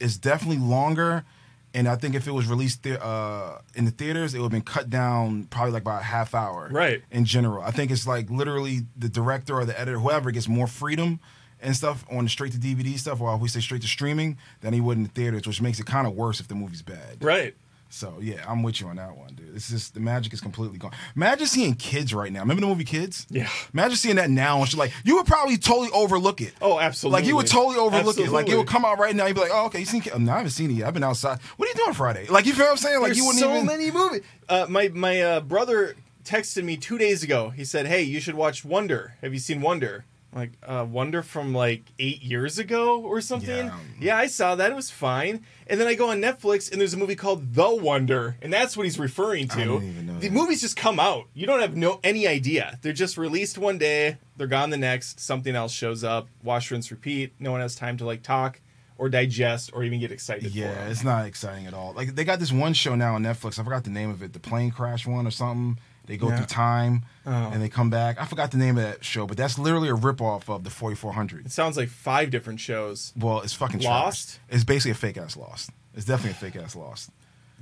S2: it's definitely longer. And I think if it was released the- uh, in the theaters, it would have been cut down probably like by a half hour.
S1: Right.
S2: In general, I think it's like literally the director or the editor, whoever, gets more freedom and stuff on the straight to DVD stuff, or if we say straight to streaming, than he would in the theaters, which makes it kind of worse if the movie's bad.
S1: right?
S2: So yeah, I'm with you on that one, dude. It's just the magic is completely gone. Imagine seeing kids right now. Remember the movie Kids?
S1: Yeah.
S2: Imagine seeing that now and shit. Like you would probably totally overlook it.
S1: Oh, absolutely.
S2: Like you would totally overlook it. Like it
S1: Absolutely.
S2: would come out right now. You'd be like, oh, okay, you seen? Kids? No, I haven't seen it yet. I've been outside. What are you doing Friday? Like you feel what I'm saying? Like
S1: There's
S2: you wouldn't
S1: so
S2: even.
S1: many movies. Uh, my my uh, brother texted me two days ago. He said, "Hey, you should watch Wonder. Have you seen Wonder?" I'm like uh, Wonder from like eight years ago or something.
S2: Yeah.
S1: Yeah. I saw that. It was fine. And then I go on Netflix and there's a movie called The Wonder, and that's what he's referring to.
S2: I didn't even know
S1: the
S2: that.
S1: movies just come out. You don't have no any idea. They're just released one day. They're gone the next. Something else shows up. Wash, rinse, repeat. No one has time to like talk or digest or even get excited. for
S2: Yeah,
S1: them.
S2: it's not exciting at all. Like they got this one show now on Netflix. I forgot the name of it. The plane crash one or something. They go
S1: Yeah.
S2: through time
S1: Oh.
S2: and they come back. I forgot the name of that show, but that's literally a ripoff of the 4400.
S1: It sounds like five different shows.
S2: Well, it's fucking trash.
S1: Lost?
S2: It's basically a fake ass lost. It's definitely a fake ass lost.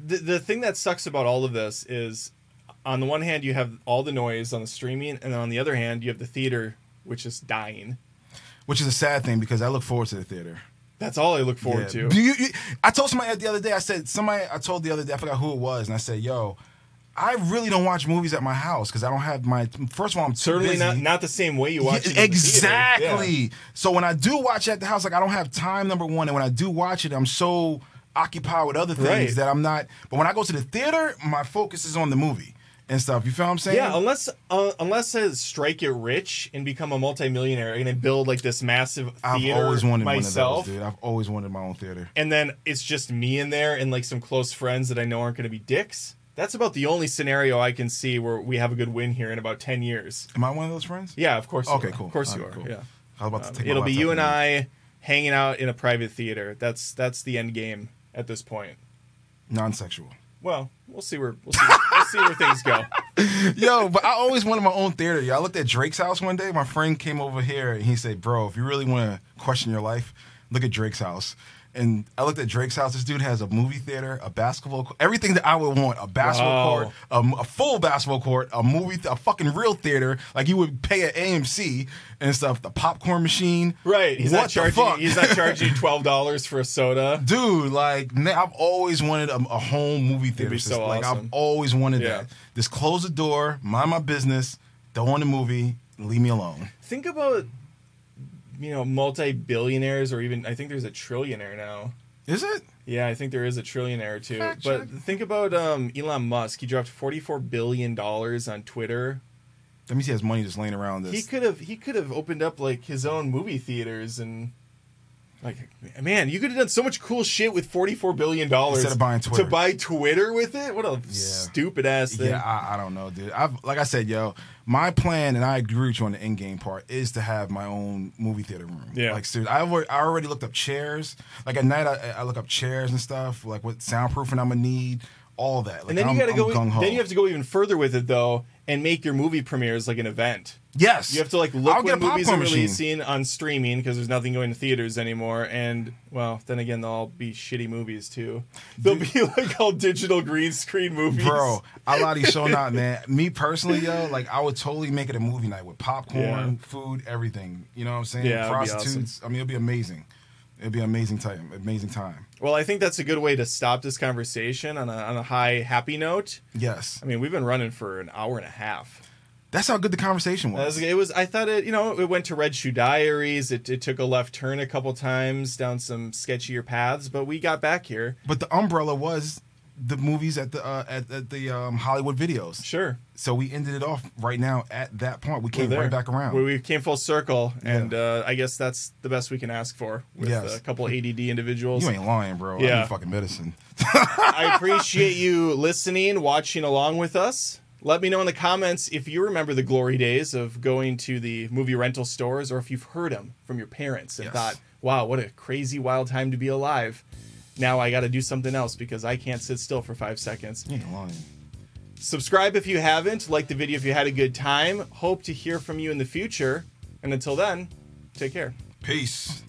S1: the, the thing that sucks about all of this is on the one hand you have all the noise on the streaming and on the other hand you have the theater which is dying
S2: Which is a sad thing because I look forward to the theater.
S1: that's all i look forward
S2: Yeah.
S1: to
S2: Do you, you- I told somebody the other day. I said somebody. I told the other day. I forgot who it was, and I said, "Yo, I really don't watch movies at my house because I don't have my. First of all, I'm too
S1: certainly
S2: busy.
S1: not not the same way you watch it in
S2: Yeah,
S1: the theater. Yeah.
S2: exactly. So when I do watch it at the house, like I don't have time. Number one, and when I do watch it, I'm so occupied with other things
S1: Right.
S2: that I'm not. But when I go to the theater, my focus is on the movie and stuff. You feel what I'm saying?
S1: yeah, unless uh, unless I strike it rich and become a multimillionaire and I build like this massive
S2: I've
S1: theater
S2: always wanted
S1: myself,
S2: one of those, dude. I've always wanted my own theater.
S1: and then it's just me in there and like some close friends that I know aren't going to be dicks. That's about the only scenario I can see where we have a good win here in about ten years.
S2: Am I one of those friends?
S1: Yeah, of course. you
S2: Okay,
S1: are.
S2: cool.
S1: Of course
S2: All
S1: you
S2: right,
S1: are.
S2: cool.
S1: Yeah. Um,
S2: I was about to take my
S1: It'll be
S2: laptop
S1: you and
S2: leave.
S1: I hanging out in a private theater. That's that's the end game at this point.
S2: Non-sexual.
S1: Well, we'll see where we'll see, we'll see where things go.
S2: Yo, but I always wanted my own theater. Yo, I looked at Drake's house one day. My friend came over here and he said, "Bro, if you really want to question your life, look at Drake's house." And I looked at Drake's house. This dude has a movie theater, a basketball, court, everything that I would want: a basketball
S1: Wow.
S2: court, a, m- a full basketball court, a movie, th- a fucking real theater, like you would pay at AMC and stuff. The popcorn machine,
S1: Right. He's
S2: what
S1: not
S2: the
S1: charging
S2: fuck?
S1: he's not charging you twelve dollars for a soda.
S2: dude like man, i've always wanted a, a home movie theater
S1: be so
S2: system. like
S1: awesome.
S2: i've always wanted
S1: Yeah.
S2: that just close the door mind my business don't want a movie leave me alone
S1: Think about you know, multi billionaires or even I think there's a trillionaire now.
S2: is it
S1: Yeah, I think there is a trillionaire too.
S2: Fact
S1: but think about um, Elon Musk. He dropped forty four billion dollars on Twitter.
S2: that means he has money just laying around
S1: He
S2: this
S1: could have he could have opened up like his own movie theaters and like man, you could have done so much cool shit with forty four billion dollars
S2: Instead of buying Twitter.
S1: To buy Twitter with it? What a stupid ass thing.
S2: yeah I, I don't know dude i've like i said yo my plan and i agree with you on the end game part is to have my own movie theater room
S1: Yeah.
S2: like dude i, alre- I already looked up chairs like at night I, I look up chairs and stuff like what soundproofing i'm gonna need all that like
S1: and then
S2: I'm,
S1: you gotta
S2: I'm
S1: go
S2: gung-ho.
S1: then you have to go even further with it though and make your movie premieres like an event.
S2: yes
S1: You have to like
S2: I'll
S1: look when
S2: get a
S1: movies are
S2: popcorn machine.
S1: releasing on streaming because there's nothing going to theaters anymore. And well, then again, they'll all be shitty movies too. They'll be like all digital green screen movies.
S2: Bro, I lie to you so not, man. Me personally, yo, like I would totally make it a movie night with popcorn,
S1: Yeah.
S2: food, everything. You know what I'm saying?
S1: Yeah, it'd be awesome.
S2: Prostitutes. I mean, it'll be amazing. It'll be amazing time. Amazing time.
S1: Well, I think that's a good way to stop this conversation on a on a high happy note.
S2: Yes,
S1: I mean, we've been running for an hour and a half.
S2: that's how good the conversation
S1: That was-
S2: was.
S1: it was. I thought it. You know, it went to Red Shoe Diaries. It, it took a left turn a couple times down some sketchier paths, but we got back here.
S2: But the umbrella was the movies at the uh, at, at the um, Hollywood videos.
S1: Sure.
S2: So we ended it off right now at that point. We came
S1: We're
S2: right
S1: there.
S2: back around.
S1: We, we came full circle, and uh, I guess that's the best we can ask for with
S2: Yes.
S1: a couple ADD individuals.
S2: you ain't lying, bro. I
S1: Yeah.
S2: need fucking medicine.
S1: I appreciate you listening, watching along with us. Let me know in the comments if you remember the glory days of going to the movie rental stores, or if you've heard them from your parents and
S2: Yes.
S1: thought, "Wow, what a crazy wild time to be alive." Now I got to do something else because I can't sit still for five seconds.
S2: You ain't lying.
S1: Subscribe if you haven't. Like the video if you had a good time. Hope to hear from you in the future. And until then, take care.
S2: Peace.